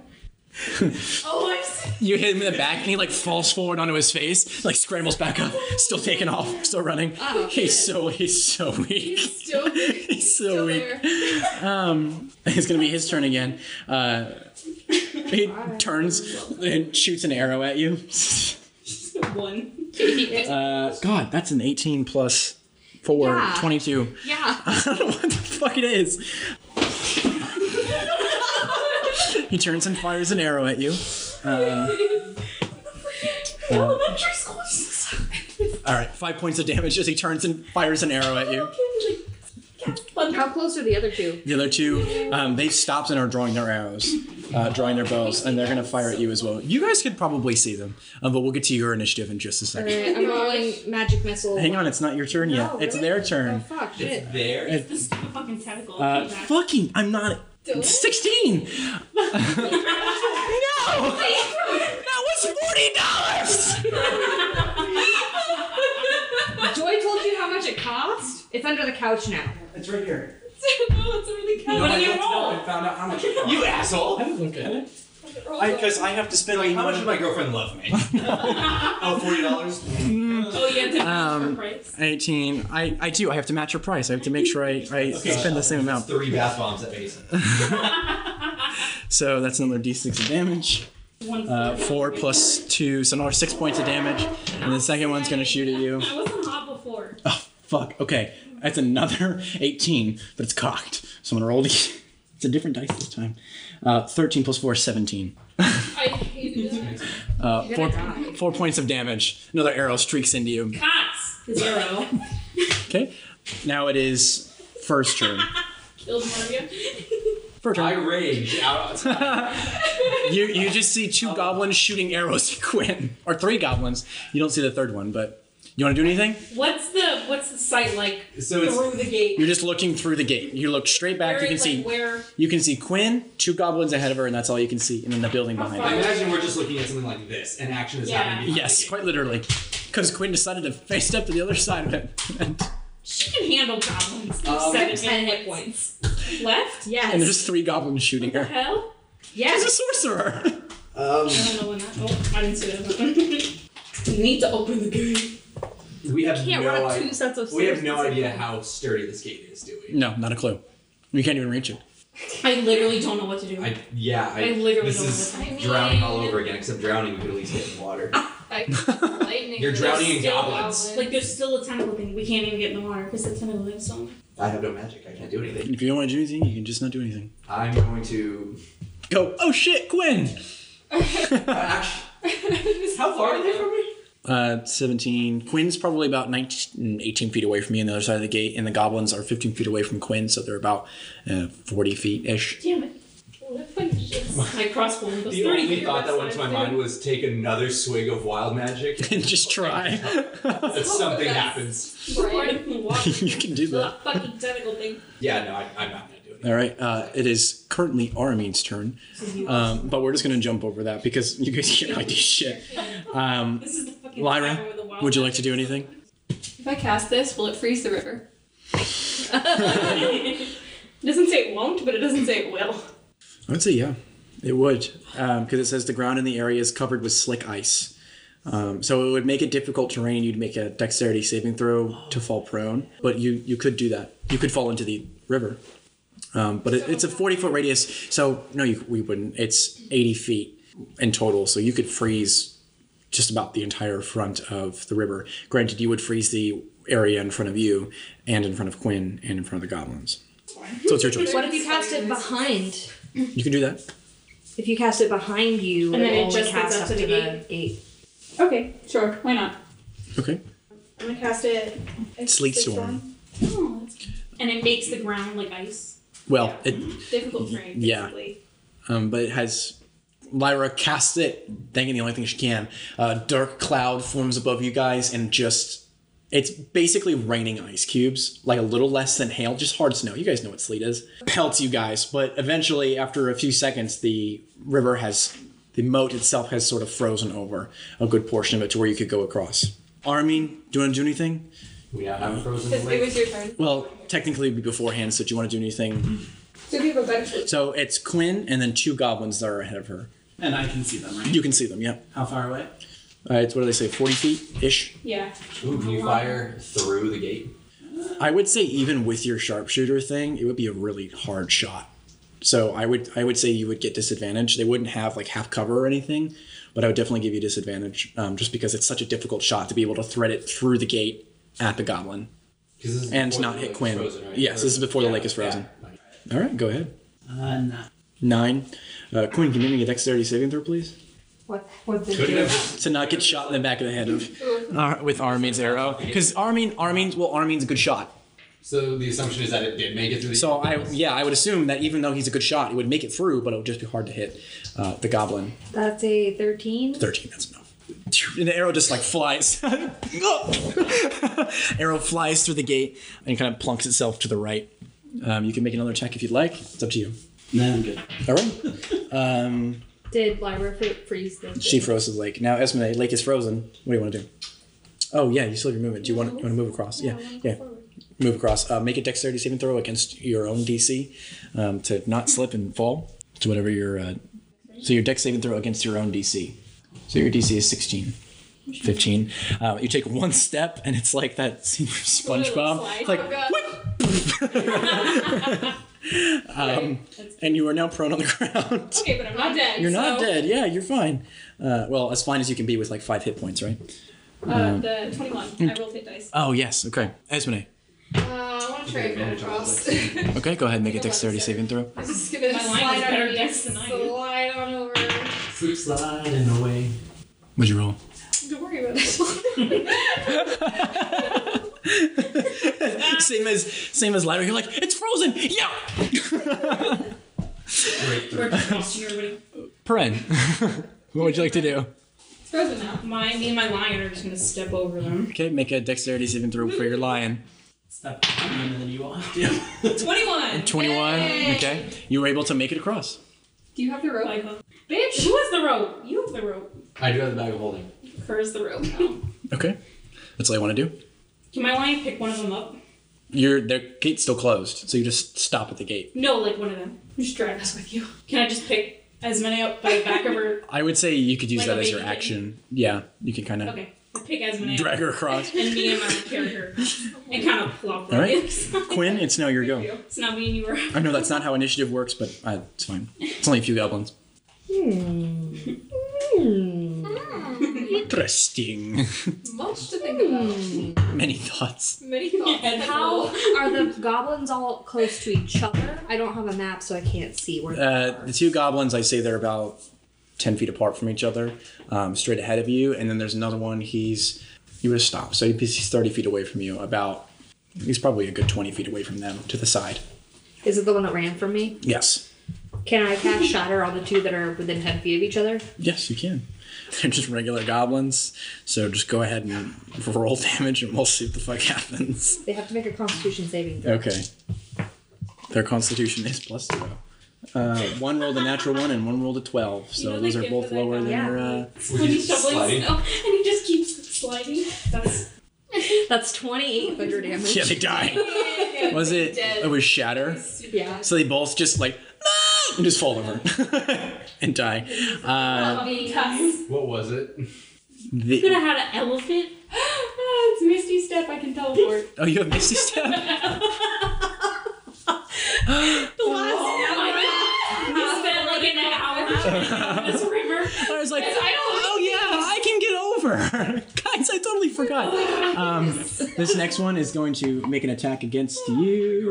Oh, I see. You hit him in the back, and he like falls forward onto his face, like scrambles back up, still taking off, still running. Oh, he's so he's so weak. He's still, He's so still weak. there. Um, it's gonna be his turn again. Uh, he turns and shoots an arrow at you. One. Uh, God, that's an 18 plus four, Yeah. 22. Yeah. I don't know what the fuck it is. he turns and fires an arrow at you. Uh, Elementary school. is so- All right, five points of damage as he turns and fires an arrow at you. Um, How close are the other two? The other two, um, they've stopped and are drawing their arrows, uh, drawing their bows, and they're gonna fire at you as well. You guys could probably see them, um, but we'll get to your initiative in just a Uh, second. I'm rolling magic missile. Hang on, it's not your turn yet. No, It's really? their Oh, turn. fuck, shit. There. It- This stupid fucking tentacle. Uh, came back. fucking, I'm not. Don't. 16! no! That was $40! Joy told you how much it cost? It's under the couch now. It's right here. "Oh, no, it's really kind What of do you roll? I found out how much. You asshole! Because I, have to spend like How much did my girlfriend love me? oh, forty dollars. Oh yeah, to Um, um, price. 18. I, I do. I have to match your price. I have to make sure I, I spend the same amount. Three bath bombs at Mason. So that's another d6 of damage. One. Uh, four plus two, so another six points of damage. And the second one's gonna shoot at you. I wasn't hot before. Oh, fuck. Okay. That's another 18, but it's cocked. So I'm gonna roll again. It's a different dice this time. Uh, 13 plus 4 is 17. I hated it. Uh, four, die. four points of damage. Another arrow streaks into you. Cots. Zero. Okay. Now it is first turn. Killed one of you. First I turn. rage out. You, you just see two goblins shooting arrows at Quinn. Or three goblins. You don't see the third one, but you wanna do anything? what's the what's the site like So it's- through the gate? You're just looking through the gate. You look straight back, Where you can is, like, see where You can see Quinn, two goblins ahead of her, and that's all you can see, and then the building behind I her. imagine we're just looking at something like this, and action is Yeah. happening. behind Yes, quite literally. Because Quinn decided to face up to the other side of it. And, she can handle goblins. Um, Seven Ten hit points. points. left. Yes. and there's three goblins shooting The her. hell? She's yes. a sorcerer. Um, I don't know when that. Oh, I didn't see that. you need to open the gate. Um, we have Can't no run up idea. two sets of We stairs. have no idea how sturdy this gate is, do we? No, not a clue. You can't even reach it. I literally don't know what to do. I yeah. I, I literally this don't is know what I drowning all mean- over again. Except drowning, we could at least get in water. I, lightning. You're is drowning in still goblins. like there's still a tentacle thing. We can't even get in the water because the tentacle thing's on. I have no magic. I can't do anything. If you don't want to do anything, you can just not do anything. I'm going to. Go. Oh shit, Gwen. Ash, how far are they from me? Uh, 17. Quinn's probably about 19, 18 feet away from me on the other side of the gate, and the goblins are 15 feet away from Quinn, so they're about uh, 40 feet ish. Damn it! What if I just My crossbow was The 30 only feet thought that away, went to so my I mind was take another swig of wild magic. And just try. That something happens. think- Right in the water. you can do The that. fucking tentacle thing. Yeah, no, I, I'm not gonna do it. All right. Uh, it is currently Aramine's turn, um, but we're just gonna jump over that because you guys can't do shit. Um, This is the fucking Lyra, tower with the wild would you like to do magic. anything? If I cast this, will it freeze the river? it doesn't say it won't, but it doesn't say it will. I would say yeah, it would, because it says the ground in the area is covered with slick ice. Um, so it would make it difficult terrain. You'd make a dexterity saving throw to fall prone, but you you could do that. You could fall into the river, um, but it, it's a forty foot radius. So no, you, we wouldn't. It's eighty feet in total. So you could freeze just about the entire front of the river. Granted, you would freeze the area in front of you, and in front of Quinn, and in front of the goblins. So it's your choice. What if you cast it behind? You can do that. If you cast it behind you, And then it it'll only just cast gets up to the gate. Okay, sure. Why not? Okay. I'm gonna cast it. It's Sleet storm. Oh, that's cute. And it makes the ground like ice. Well, it Difficult terrain, Yeah. basically. um, but it has Lyra casts it, thinking the only thing she can. A dark cloud forms above you guys, and just it's basically raining ice cubes, like a little less than hail, just hard snow. You guys know what sleet is. Pelts you guys, but eventually, after a few seconds, the river has the moat itself has sort of frozen over a good portion of it to where you could go across. Armin, do you want to do anything? We now have frozen the It lake. was your turn. Well, technically, it'd be beforehand, so do you want to do anything? So we have a bunch of So it's Quinn and then two goblins that are ahead of her. And I can see them, right? You can see them, yeah. How far away? Uh, it's what do they say, 40 feet ish? Yeah. Ooh, can you fire through the gate? I would say even with your sharpshooter thing, it would be a really hard shot. So I would I would say you would get disadvantage. They wouldn't have like half cover or anything, but I would definitely give you disadvantage um, just because it's such a difficult shot to be able to thread it through the gate at the goblin Because this is and before not the hit lake is Quinn. Frozen, right? Yes, this is before Yeah, the lake is yeah. frozen. All right, go ahead. Uh, no. Nine. Uh, Quinn, can you make a dexterity saving throw, please? What? What the? Couldn't have- to not get shot in the back of the head of, Ar- with Armin's arrow because Armin Armin's well Armin's a good shot. So the assumption is that it did make it through. The So I yeah I would assume that even though he's a good shot, it would make it through, but it would just be hard to hit uh, the goblin. That's a thirteen. Thirteen, that's enough. And the arrow just like flies. arrow flies through the gate and kind of plunks itself to the right. Um, you can make another attack if you'd like. It's up to you. No, I'm good. All right. Um, Did Lyra fr- freeze the? she froze the lake. Now Esmond, lake is frozen. What do you want to do? Oh yeah, you still have your movement. Do you want, you want to move across? Yeah, yeah. Move across. Uh, make a dexterity saving throw against your own DC um, to not slip and fall to whatever your. Uh, so your dex saving throw against your own DC. So your DC is 16. 15. Uh, you take one step and it's like that scene from SpongeBob. It's like, um, and you are now prone on the ground. Okay, but I'm not dead. You're not so, dead. Yeah, you're fine. Uh, well, as fine as you can be with like five hit points, right? Uh, the 21. I rolled hit dice. Oh yes. Okay. Esmene. Uh, I want to try and Advantage go on across. the I'm Okay, go ahead. Make a Eleven, dexterity saving throw. just gonna My line slide is better underneath, dex than I do. slide on over. Sleep sliding away. What'd you roll? Don't worry about it. same as same as ladder. You're like it's frozen. Yeah. We're just watching everybody. Paren, what would you like to do? It's frozen now. My me and my lion are just gonna step over them. Okay, make a dexterity saving throw for your lion. Stop. I'm younger than you all have to. 21! Twenty-one. Yay. Okay, you were able to make it across. Do you have the rope? Like, bitch, who has the rope? You have the rope. I do have the bag of holding. Curse the rope. Okay, that's all you want to do. Can my lion pick one of them up? Your their gate's still closed, so you just stop at the gate. No, like one of them. Just drag us with you. Can I just pick as many up by the back of her. I would say you could use Like that a as your baby kitten. action. Yeah, you can kind of Okay, I pick as many drag her across. and me and my character and kind of plop All right. right. in. So Quinn, it's now your go. it's not me and you are. I know that's not how initiative works, but uh, it's fine. It's only a few goblins. Hmm. Interesting. Much to think about. Many thoughts. Many thoughts. Hmm. Yeah, How are the goblins all close to each other? I don't have a map, so I can't see where. they Uh, are. the two goblins, I say they're about 10 feet apart from each other, um, straight ahead of you. And then there's another one, he's, you would have stopped. So he's 30 feet away from you, about, he's probably a good 20 feet away from them to the side. Is it the one that ran from me? Yes. Can I cast shatter on the two that are within ten feet of each other? Yes, you can. They're just regular goblins. So just go ahead and roll damage and we'll see what the fuck happens. They have to make a Constitution saving throw. Okay. Their constitution is plus zero. Uh, one rolled a natural one and one rolled a 12. So You know those the are kid both for that lower than guy? your. Uh, when he's shoveling sliding? snow and he just keeps sliding. That's That's twenty eight hundred damage. yeah, they die. Was it? Dead. It was shatter. Yeah. So they both just like "No!" and just fall over and die. Uh, What was it? could have the, had an elephant. Ah, it's Misty Step, I can teleport. oh, you have Misty Step. The last oh my god! We spent like an hour in this river. I was like, Guys, I don't oh yeah, I can get over. Guys, I totally forgot. Um, this next one is going to make an attack against you.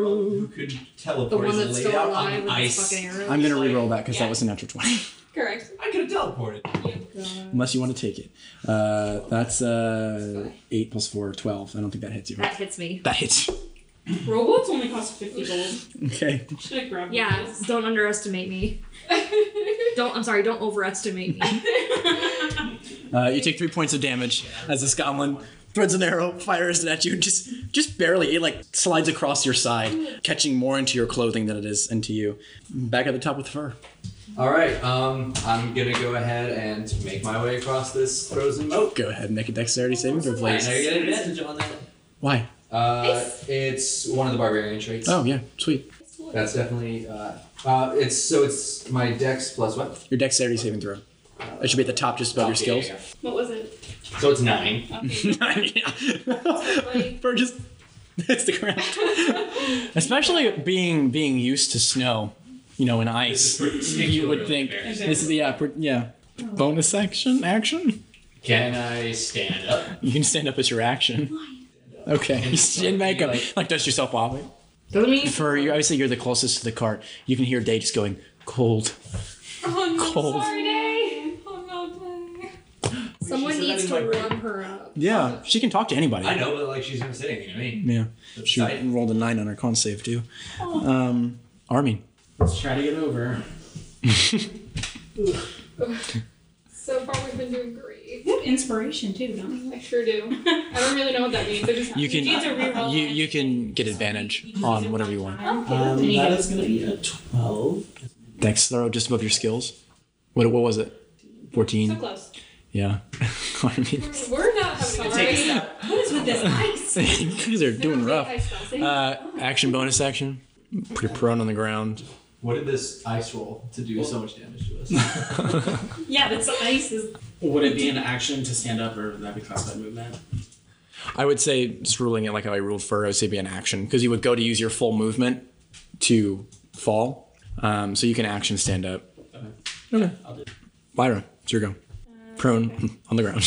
Who could The teleport one is that's laid still out alive on with ice. its fucking arrow. I'm gonna reroll that because that was a natural twenty. Correct. I could have teleported. Unless you want to take it. Uh, that's uh, eight plus four, 12. I don't think that hits you. that Right? hits me. That hits. Robots only cost fifty gold. Okay. Should I grab Yeah, those? don't underestimate me. don't. I'm sorry. Don't overestimate me. Uh, you take three points of damage as this goblin threads an arrow, fires it at you, just just barely. It like slides across your side, catching more into your clothing than it is into you. Back at the top with fur. All right, um, I'm gonna go ahead and make my way across this frozen moat. Go ahead, and make a dexterity saving throw, Oh, I please. know you get advantage on that. Why? Uh, it's one of the barbarian traits. Oh yeah, sweet. That's definitely. Uh, uh, it's so it's my dex plus what? Your dexterity saving throw. It should be at the top, just above your Okay, yeah, skills. What was it? yeah. So it's nine. yeah. fur just hits the ground. Especially being being used to snow, you know, and ice. You would think this is yeah, per- yeah. Bonus action action. Can I stand up? You can stand up as your action. Okay. You stand back up, like dust yourself off. Doesn't mean For you, obviously you're the closest to the cart. You can hear Day just going cold, cold. She someone said that needs in to my brain. warm her up. Yeah, she can talk to anybody. I know, but like she's gonna say anything to me. Yeah, she Excited. rolled a nine on her con save too. Um, Armin. Let's try to get over. So far, we've been doing great. Inspiration too, don't you? I sure do. I don't really know what that means. I just You can need to reroll you that. you can get advantage on whatever you want. Um, that is going to be a 12. Dex throw just above your skills. What what was it? Fourteen. close. Yeah. Armin. We're not having a great What is with this ice? you guys are doing rough. Uh, action bonus action. Pretty prone on the ground. What did this ice roll to do so much damage to us? Yeah, that's ice is Would it be an action to stand up, or would that be classified movement? I would say just ruling it like how I ruled for I would say be an action because you would go to use your full movement to fall. Um, so you can action stand up. Okay. I'll do it. Lyra, it's your go. Prone on the ground,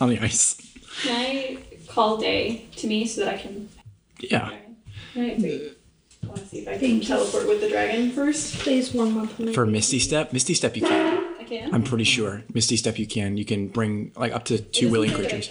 on the ice. Can I call Day to me so that I can? Yeah. Alright, wait. I want to see if I can teleport with the dragon first. Please warm up for me. For Misty Step, Misty Step you can. I can. I'm pretty sure Misty Step you can. You can bring like up to two willing creatures.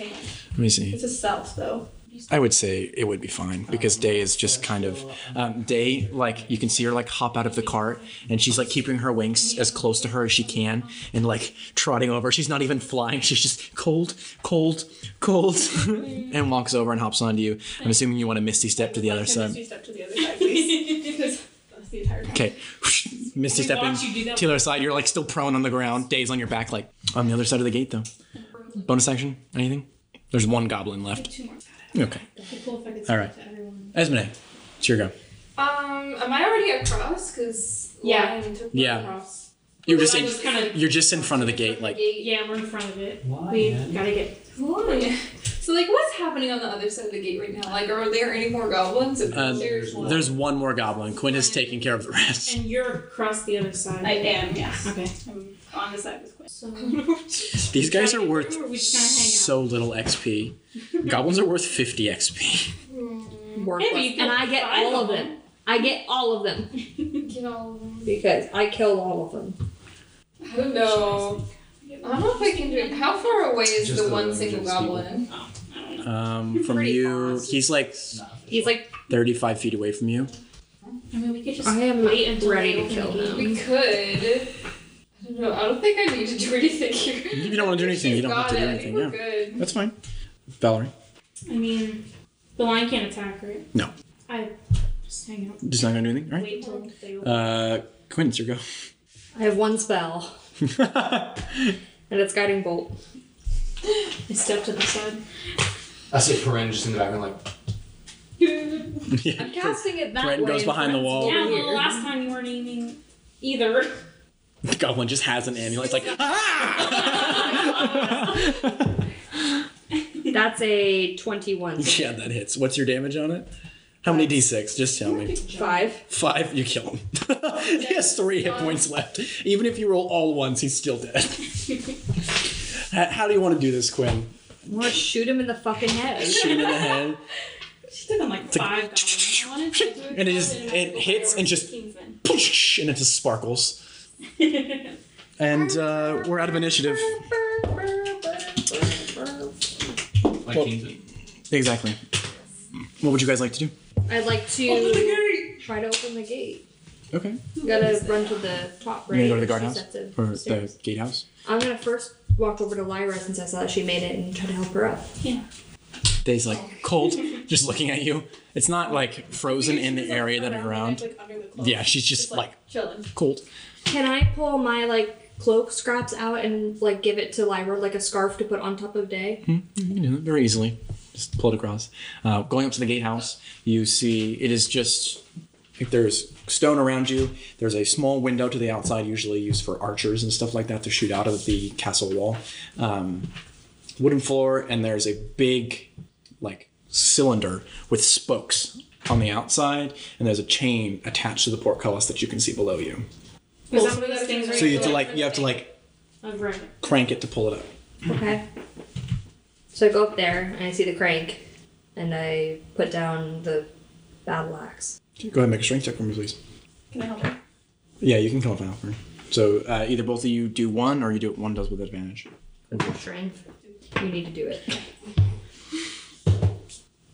Let me see. It's a self though. I would say it would be fine because Day is just kind of um, Day. Like you can see her like hop out of the cart, and she's like keeping her wings as close to her as she can, and like trotting over. She's not even flying. She's just cold, cold, cold, and walks over and hops onto you. I'm assuming you want a Misty step to the other side. Two step to the other side, please. Because that's the entire time. Okay, Misty We step in watch you do that. to the other side. You're like still prone on the ground. Day's on your back, like on the other side of the gate though. Bonus action? Anything? There's one goblin left. Two more. Okay, all right. Esmene, it's your go. Um, am I already across? Cause Yeah. Lion took me Yeah. across. You're just I in, was kind of you're just in front of the gate, like yeah, we're in front of it. Why, We man? gotta get. Why? So like, what's happening on the other side of the gate right now? Like, are there any more goblins? If Uh, there's one. there's one more goblin. Quinn has taken care of the rest. And you're across the other side. I am, yes. Okay. I'm on the side with Quinn. So These guys are worth Or we just kinda hang out? so little XP. Goblins are worth 50 XP. Maybe you can and I get buy all of them. them. I get all of them you know, because I killed all of them. I don't know. I don't know if I can do it. How far away is Just the the one single largest goblin? people. Um, from Pretty you, fast. he's like He's like, 35 feet away from you. I mean, we could just I am wait until ready they to open kill the gate. them. We could. I don't know. I don't think I need to do anything here. If you don't want to do anything, you don't have Got to do it. I anything. think Yeah, we're good. that's fine. Valerie, I mean, the lion can't attack, right? No. I just hang out. just not gonna do anything, all right? Wait till they open. Uh, Quinn, it's your go. I have one spell, and it's guiding bolt. I Uh. step to the side. I see Perrin just in the background, like, I'm yeah. casting it that Brent way. goes and behind the Brent's wall. yeah, over well, here. last time you weren't aiming either. The goblin just has an amulet. It's like, ah! That's a 21. yeah, that hits. What's your damage on it? How many d6? Just tell me. Five. Five, you kill him. he has three hit points left. Even if you roll all ones, he's still dead. how, how do you want to do this, Quinn? I want to shoot him in the fucking head. Shoot him in the head, She took on like like- five goblins. I wanted to do it and it just probably in it hits and just Kingsman. push, and it just sparkles. And uh, we're out of initiative. like Well- Kingsman. Exactly. What would you guys like to do? I'd like to try to open the gate. Okay. You gotta run to the top, right? You gonna go to the She guardhouse sets it or the upstairs. gatehouse? I'm gonna first walk over to Lyra since I saw that she made it and try to help her up. Days like cold, just looking at you. It's not like frozen in the area that you're around. Like under the cloak. Yeah, she's just like chilling. cold. Can I pull my like cloak scraps out and like give it to Lyra like a scarf to put on top of Day? You can do that very easily. Just pull it across. Uh, going up to the gatehouse, you see it is just like there's stone around you. There's a small window to the outside, usually used for archers and stuff like that to shoot out of the castle wall. Um, wooden floor, and there's a big like cylinder with spokes on the outside, and there's a chain attached to the portcullis that you can see below you. Was that one of those things where So you have to like you have to like I've read it. crank it to pull it up. Okay. So I go up there and I see the crank, and I put down the battle axe. Go ahead and make a strength check for me, please. Can I help her? Yeah, you can call it an offer. So uh, either both of you do one, or you do one does with advantage. Strength. You need to do it.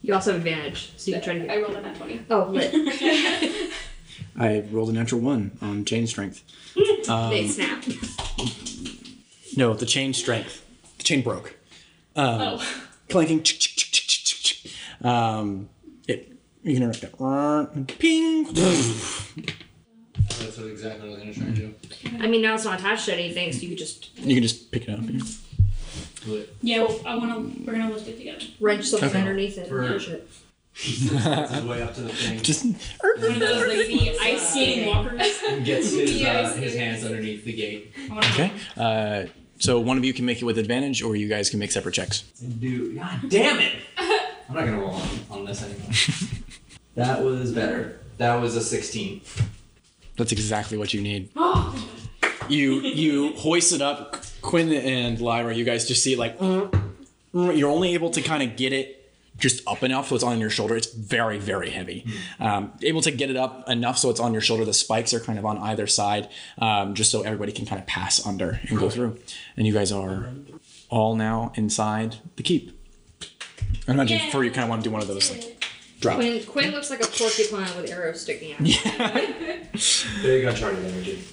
You also have advantage, so you can try to. I Get... rolled a nat 20. Oh, lit. I rolled a natural one on chain strength. they snap. No, the chain strength. The chain broke. Um, Oh. Clanking. chick, chick, chick, chick, chick, chick, chick. Um, it. You can hear like that. "Rrrr," and Ping. That's exactly what I was trying to do. I mean, now it's not attached to anything, so you could just you can just pick it up. Yeah, well, I want to. We're gonna lift it together. wrench something Okay. underneath it. For- and push it. His way up to the thing Just. One of those like the ice skating walkers. and gets his, Yeah, I uh, see. his hands underneath the gate. I wanna- Okay. Uh, so one of you can make it with advantage, or you guys can make separate checks. And do, God damn it! I'm not gonna roll on, on this anymore. that was better. That was a 16. That's exactly what you need. you you hoist it up, Quinn and Lyra. You guys just see it like mm, mm. you're only able to kind of get it just up enough so it's on your shoulder. It's very very heavy. Um, able to get it up enough so it's on your shoulder. The spikes are kind of on either side, um, just so everybody can kind of pass under and go through. And you guys are all now inside the keep. I imagine Yay. for you kind of want to do one of those like drop. Quinn, Quinn looks like a porcupine with arrows sticking out. Big uncharted energy.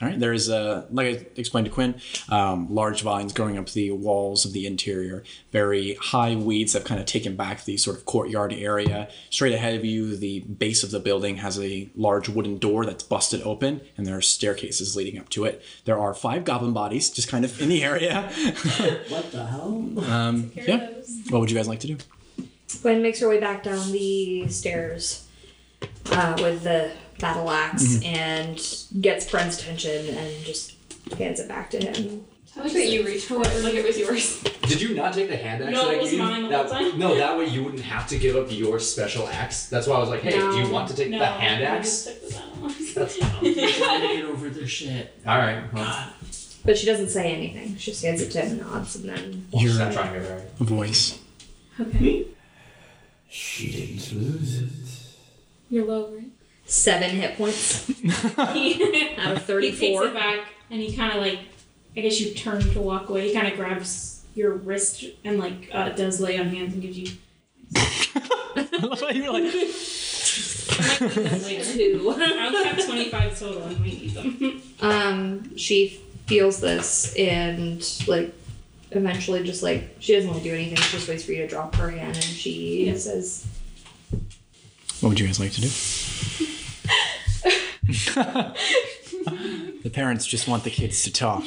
All right. There is a, like I explained to Quinn, um, large vines growing up the walls of the interior. Very high weeds have kind of taken back the sort of courtyard area. Straight ahead of you, the base of the building has a large wooden door that's busted open, and there are staircases leading up to it. There are five goblin bodies just kind of in the area. What the hell? Um, yeah. What would you guys like to do? Gwen makes her way back down the stairs uh, with the battle ax Mm-hmm. and gets Bren's attention and just hands it back to him. How much that you reach for it like it was yours? Did you not take the hand axe No, that I it was gave you? mine the That- whole time. No, that way you wouldn't have to give up your special axe. That's why I was like, hey, do you want to take no, the hand I axe? just took the battle axe. That's Get over their shit. All right. Well, But she doesn't say anything. She just hands it to him and nods, and then she's not trying very hard. voice. She didn't lose it. You're low, right? seven hit points he, out of he takes it thirty-four. back and he kind of like, I guess you turn to walk away. He kind of grabs your wrist and like uh, does lay on hands and gives you. I love how you're like, I might need them later. Two. I only have 25 total. I might need them. Um, she feels this and like eventually just like she doesn't want to do anything. She just waits for you to drop her hand, and she Yeah. says, What would you guys like to do? the parents just want the kids to talk.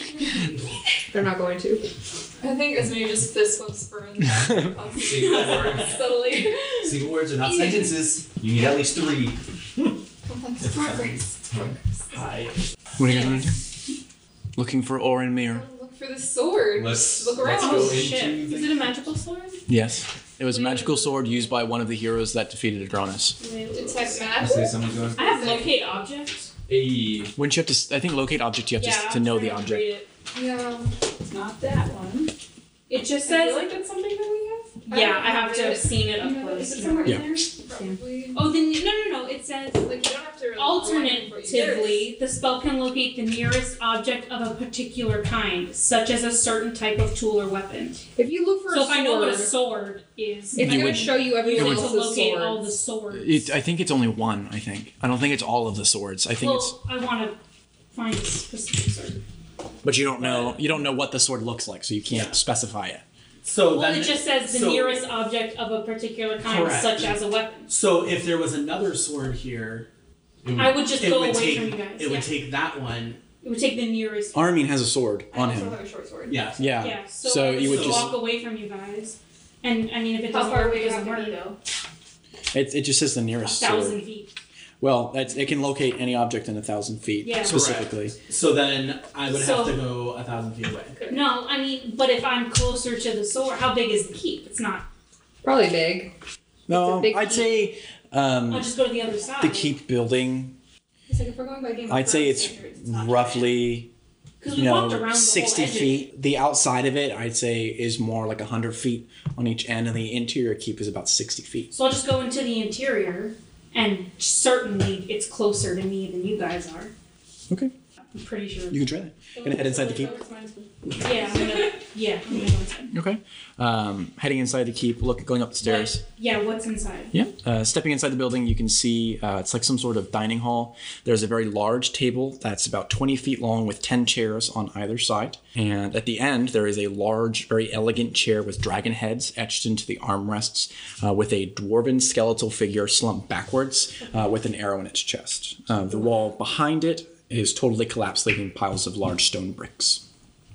"They're not going to." I think Esme just fist bumps Burn Single, word, subtly. single words are not sentences. You need at least three. Complex progress. Hi. What are you guys want to do? Looking for Orin Mir. Look for the sword. Let's, Look let's around. go Oh, into shit. the Is it a magical sword? Yes. It was a magical sword used by one of the heroes that defeated Adranas. Detect I magic. say someone's going. I have locate object. Hey, Wouldn't you have to? s- I think locate object. You have to, s- yeah, to I'm know the trying to object. read it. Yeah. It's not that one. It just I says, feel like that's something that we have. yeah, I have to have don't seen it up know. Is close. it somewhere Yeah. in there? Probably. Oh, then no, no, no. It says Like, you don't have to really alternatively, the spell can locate the nearest object of a particular kind, such as a certain type of tool or weapon. If you look for So a if sword, I know what a sword is, it's You going to would- show you I'm everyone able to else's locate sword. all the swords. It, I think it's only one. I think. I don't think it's all of the swords. I think well, I want to find a specific sword. it's. But you don't know. You don't know what the sword looks like, so you can't specify it. So Well, Oh, then, it just says the so- nearest object of a particular kind, Correct. such as a weapon. so if there was another sword here, I would just it go would away take from you guys. it yeah. would take that one. it would take the nearest. Armin has a sword on I also him. have a short sword. Yeah. Yeah. Yeah, so, So I you would just just- walk away from you guys. And I mean, if it How doesn't far work, away do it you have doesn't to be, work. though? It, it just says the A nearest thousand sword. feet. Well, that's, it can locate any object in a thousand feet Yeah. specifically. So then I would So- have to go a thousand feet away. No, I mean, but if I'm closer to the sword, how big is the keep? It's not. Probably big. It's a No, big I'd say I'll um, just go to the other side. the keep building. It's like if we're going by Game of I'd say Thrones it's standards, not- roughly Because you we walked around know the sixty whole edge of- feet. The outside of it, I'd say, is more like hundred feet on each end, and the interior keep is about sixty feet. So I'll just go into the interior, and certainly it's closer to me than you guys are. Okay, I'm pretty sure. you can try that. Gonna head inside the keep. Yeah, I'm gonna. Yeah, I'm gonna go inside. Okay, um, heading inside the keep, look, going up the stairs. What- yeah, what's inside? Yeah. Uh, stepping inside the building, you can see uh, it's like some sort of dining hall. There's a very large table that's about 20 feet long with 10 chairs on either side. And at the end, there is a large, very elegant chair with dragon heads etched into the armrests uh, with a dwarven skeletal figure slumped backwards uh, with an arrow in its chest. Uh, the wall behind it is totally collapsed, leaving piles of large stone bricks.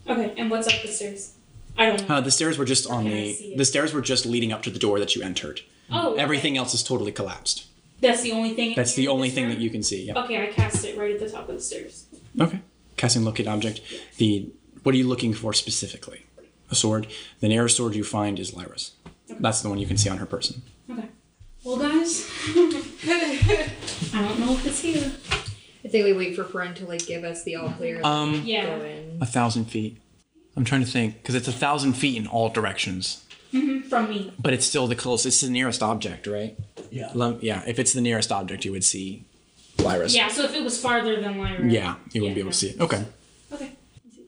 Okay, and what's up the stairs? I don't know. Uh, the stairs were just on Okay, I see the it. the stairs were just leading up to the door that you entered. oh, okay. Everything else is totally collapsed. That's the only thing. in That's here the in only this thing room? that you can see. Yeah. Okay, I cast it right at the top of the stairs. Okay. Casting locate object. The what are you looking for specifically? A sword. The nearest sword you find is Lyra's. That's the one you can see on her person. Okay. Well, guys, I don't know if it's here. I think we wait for Peren to like give us the all clear. Um, Go Yeah. in. a thousand feet. I'm trying to think because it's a thousand feet in all directions, From me. but it's still the closest. It's the nearest object, right? Yeah. Lem- yeah. If it's the nearest object, you would see Lyra's. Yeah, so if it was farther than Lyra. Yeah, you wouldn't be able Yeah, to no. see it. Okay. Okay.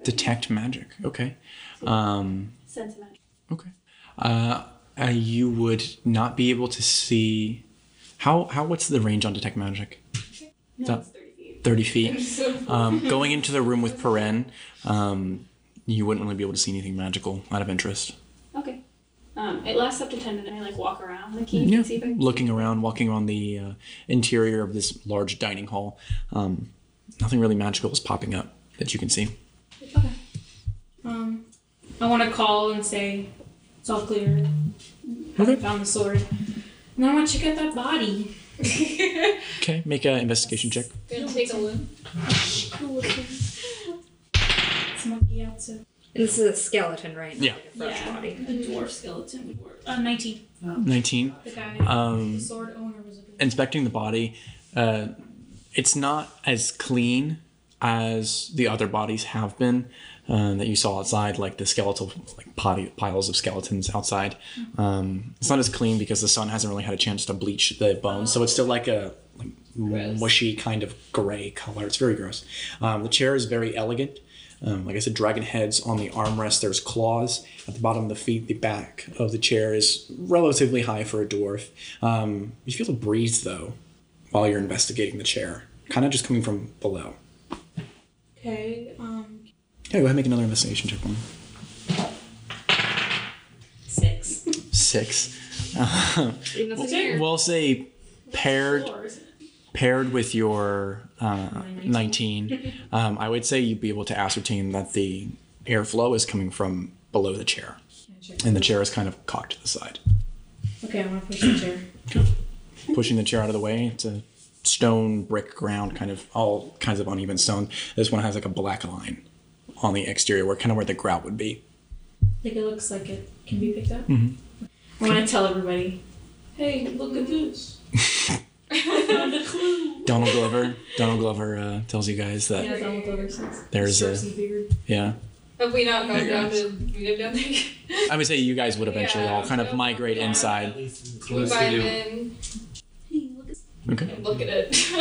Detect magic. Okay. Um, Sentiment. Okay. Uh, uh, you would not be able to see. How how what's the range on detect magic? No, it's 30 feet. Thirty feet. So- Um, going into the room with Peren, um, you wouldn't really be able to see anything magical out of interest. Okay. Um, it lasts up to ten minutes. I like walk around the key Yeah. and see if I can Looking around, walking around the uh, interior of this large dining hall, um, nothing really magical is popping up that you can see. Um, I want to call and say it's all clear. I Okay. found the sword. And I want to check out that body. Okay, make an investigation check. Gonna take a look. It's monkey out so This is a skeleton, right? Yeah. Like a fresh Yeah. body. a dwarf skeleton would work. Uh, nineteen. 19. The guy, Um, the sword owner was a inspecting the body, uh, it's not as clean as the other bodies have been uh, that you saw outside, like the skeletal like potty, piles of skeletons outside. Um, it's not as clean because the sun hasn't really had a chance to bleach the bones, so it's still like a like, mushy kind of gray color. It's very gross. Um, the chair is very elegant. Um, like I said, dragon heads on the armrest. There's claws at the bottom of the feet. The back of the chair is relatively high for a dwarf. Um, you feel a breeze though, while you're investigating the chair, kind of just coming from below. Okay, um Yeah, go ahead and make another investigation check. One six. six. Even if it's here. we'll say paired Fours. paired with your uh, 19 um, i would say you'd be able to ascertain that the airflow is coming from below the chair and the chair is kind of cocked to the side Okay, I wanna push the chair. pushing the chair out of the way. It's a stone, brick ground, kind of all kinds of uneven stone. This one has like a black line on the exterior, where kind of where the grout would be. Like it looks like it can be picked up. Mhm. I wanna tell everybody. Hey, look at this. Found a clue. Donald Glover. Donald Glover uh, tells you guys that Yeah, Donald Glover says. there's a Starts beard. yeah. Have we not gone Hey, down guys. to we have down there? I would say you guys would eventually Yeah, all kind of so- migrate yeah. inside. At least in the We Yes, buy we do. in Hey, look Okay. at and look at it.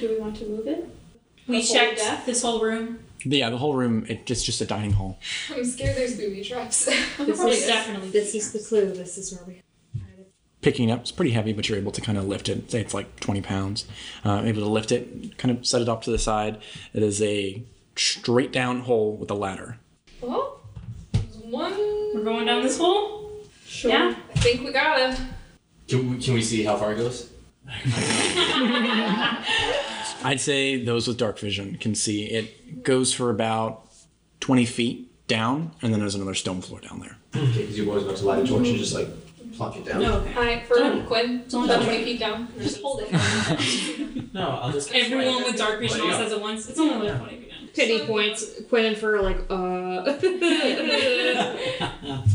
Do we want to move it? We The whole checked death? this whole room. Yeah, the whole room. It, it's just a dining hall. I'm scared there's booby traps. This probably is is. definitely This is the clue. This is where we. Picking it up, it's pretty heavy, but you're able to kind of lift it. Say it's like 20 pounds. Uh, able to lift it, kind of set it off to the side. It is a straight down hole with a ladder. well, there's one. We're going down this hole? Sure. Yeah. I think we got it. Can we, can we see how far it goes? I'd say those with dark vision can see it goes for about 20 feet down, and then there's another stone floor down there. Okay, because you boys about to light a torch and just like plunk it down. No, okay. I for Done. Quinn, Done. about 20 feet down. Just hold it. No, I'll just. Everyone with dark vision all says it once. It's only like 20 feet down. Pity points. Quinn and Fur are like, uh.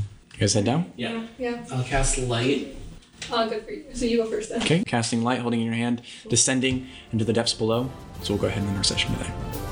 You guys head down? I'll cast light. oh, good for you. So you go first then. Okay. Casting light, holding in your hand, descending into the depths below. So we'll go ahead and end our session today.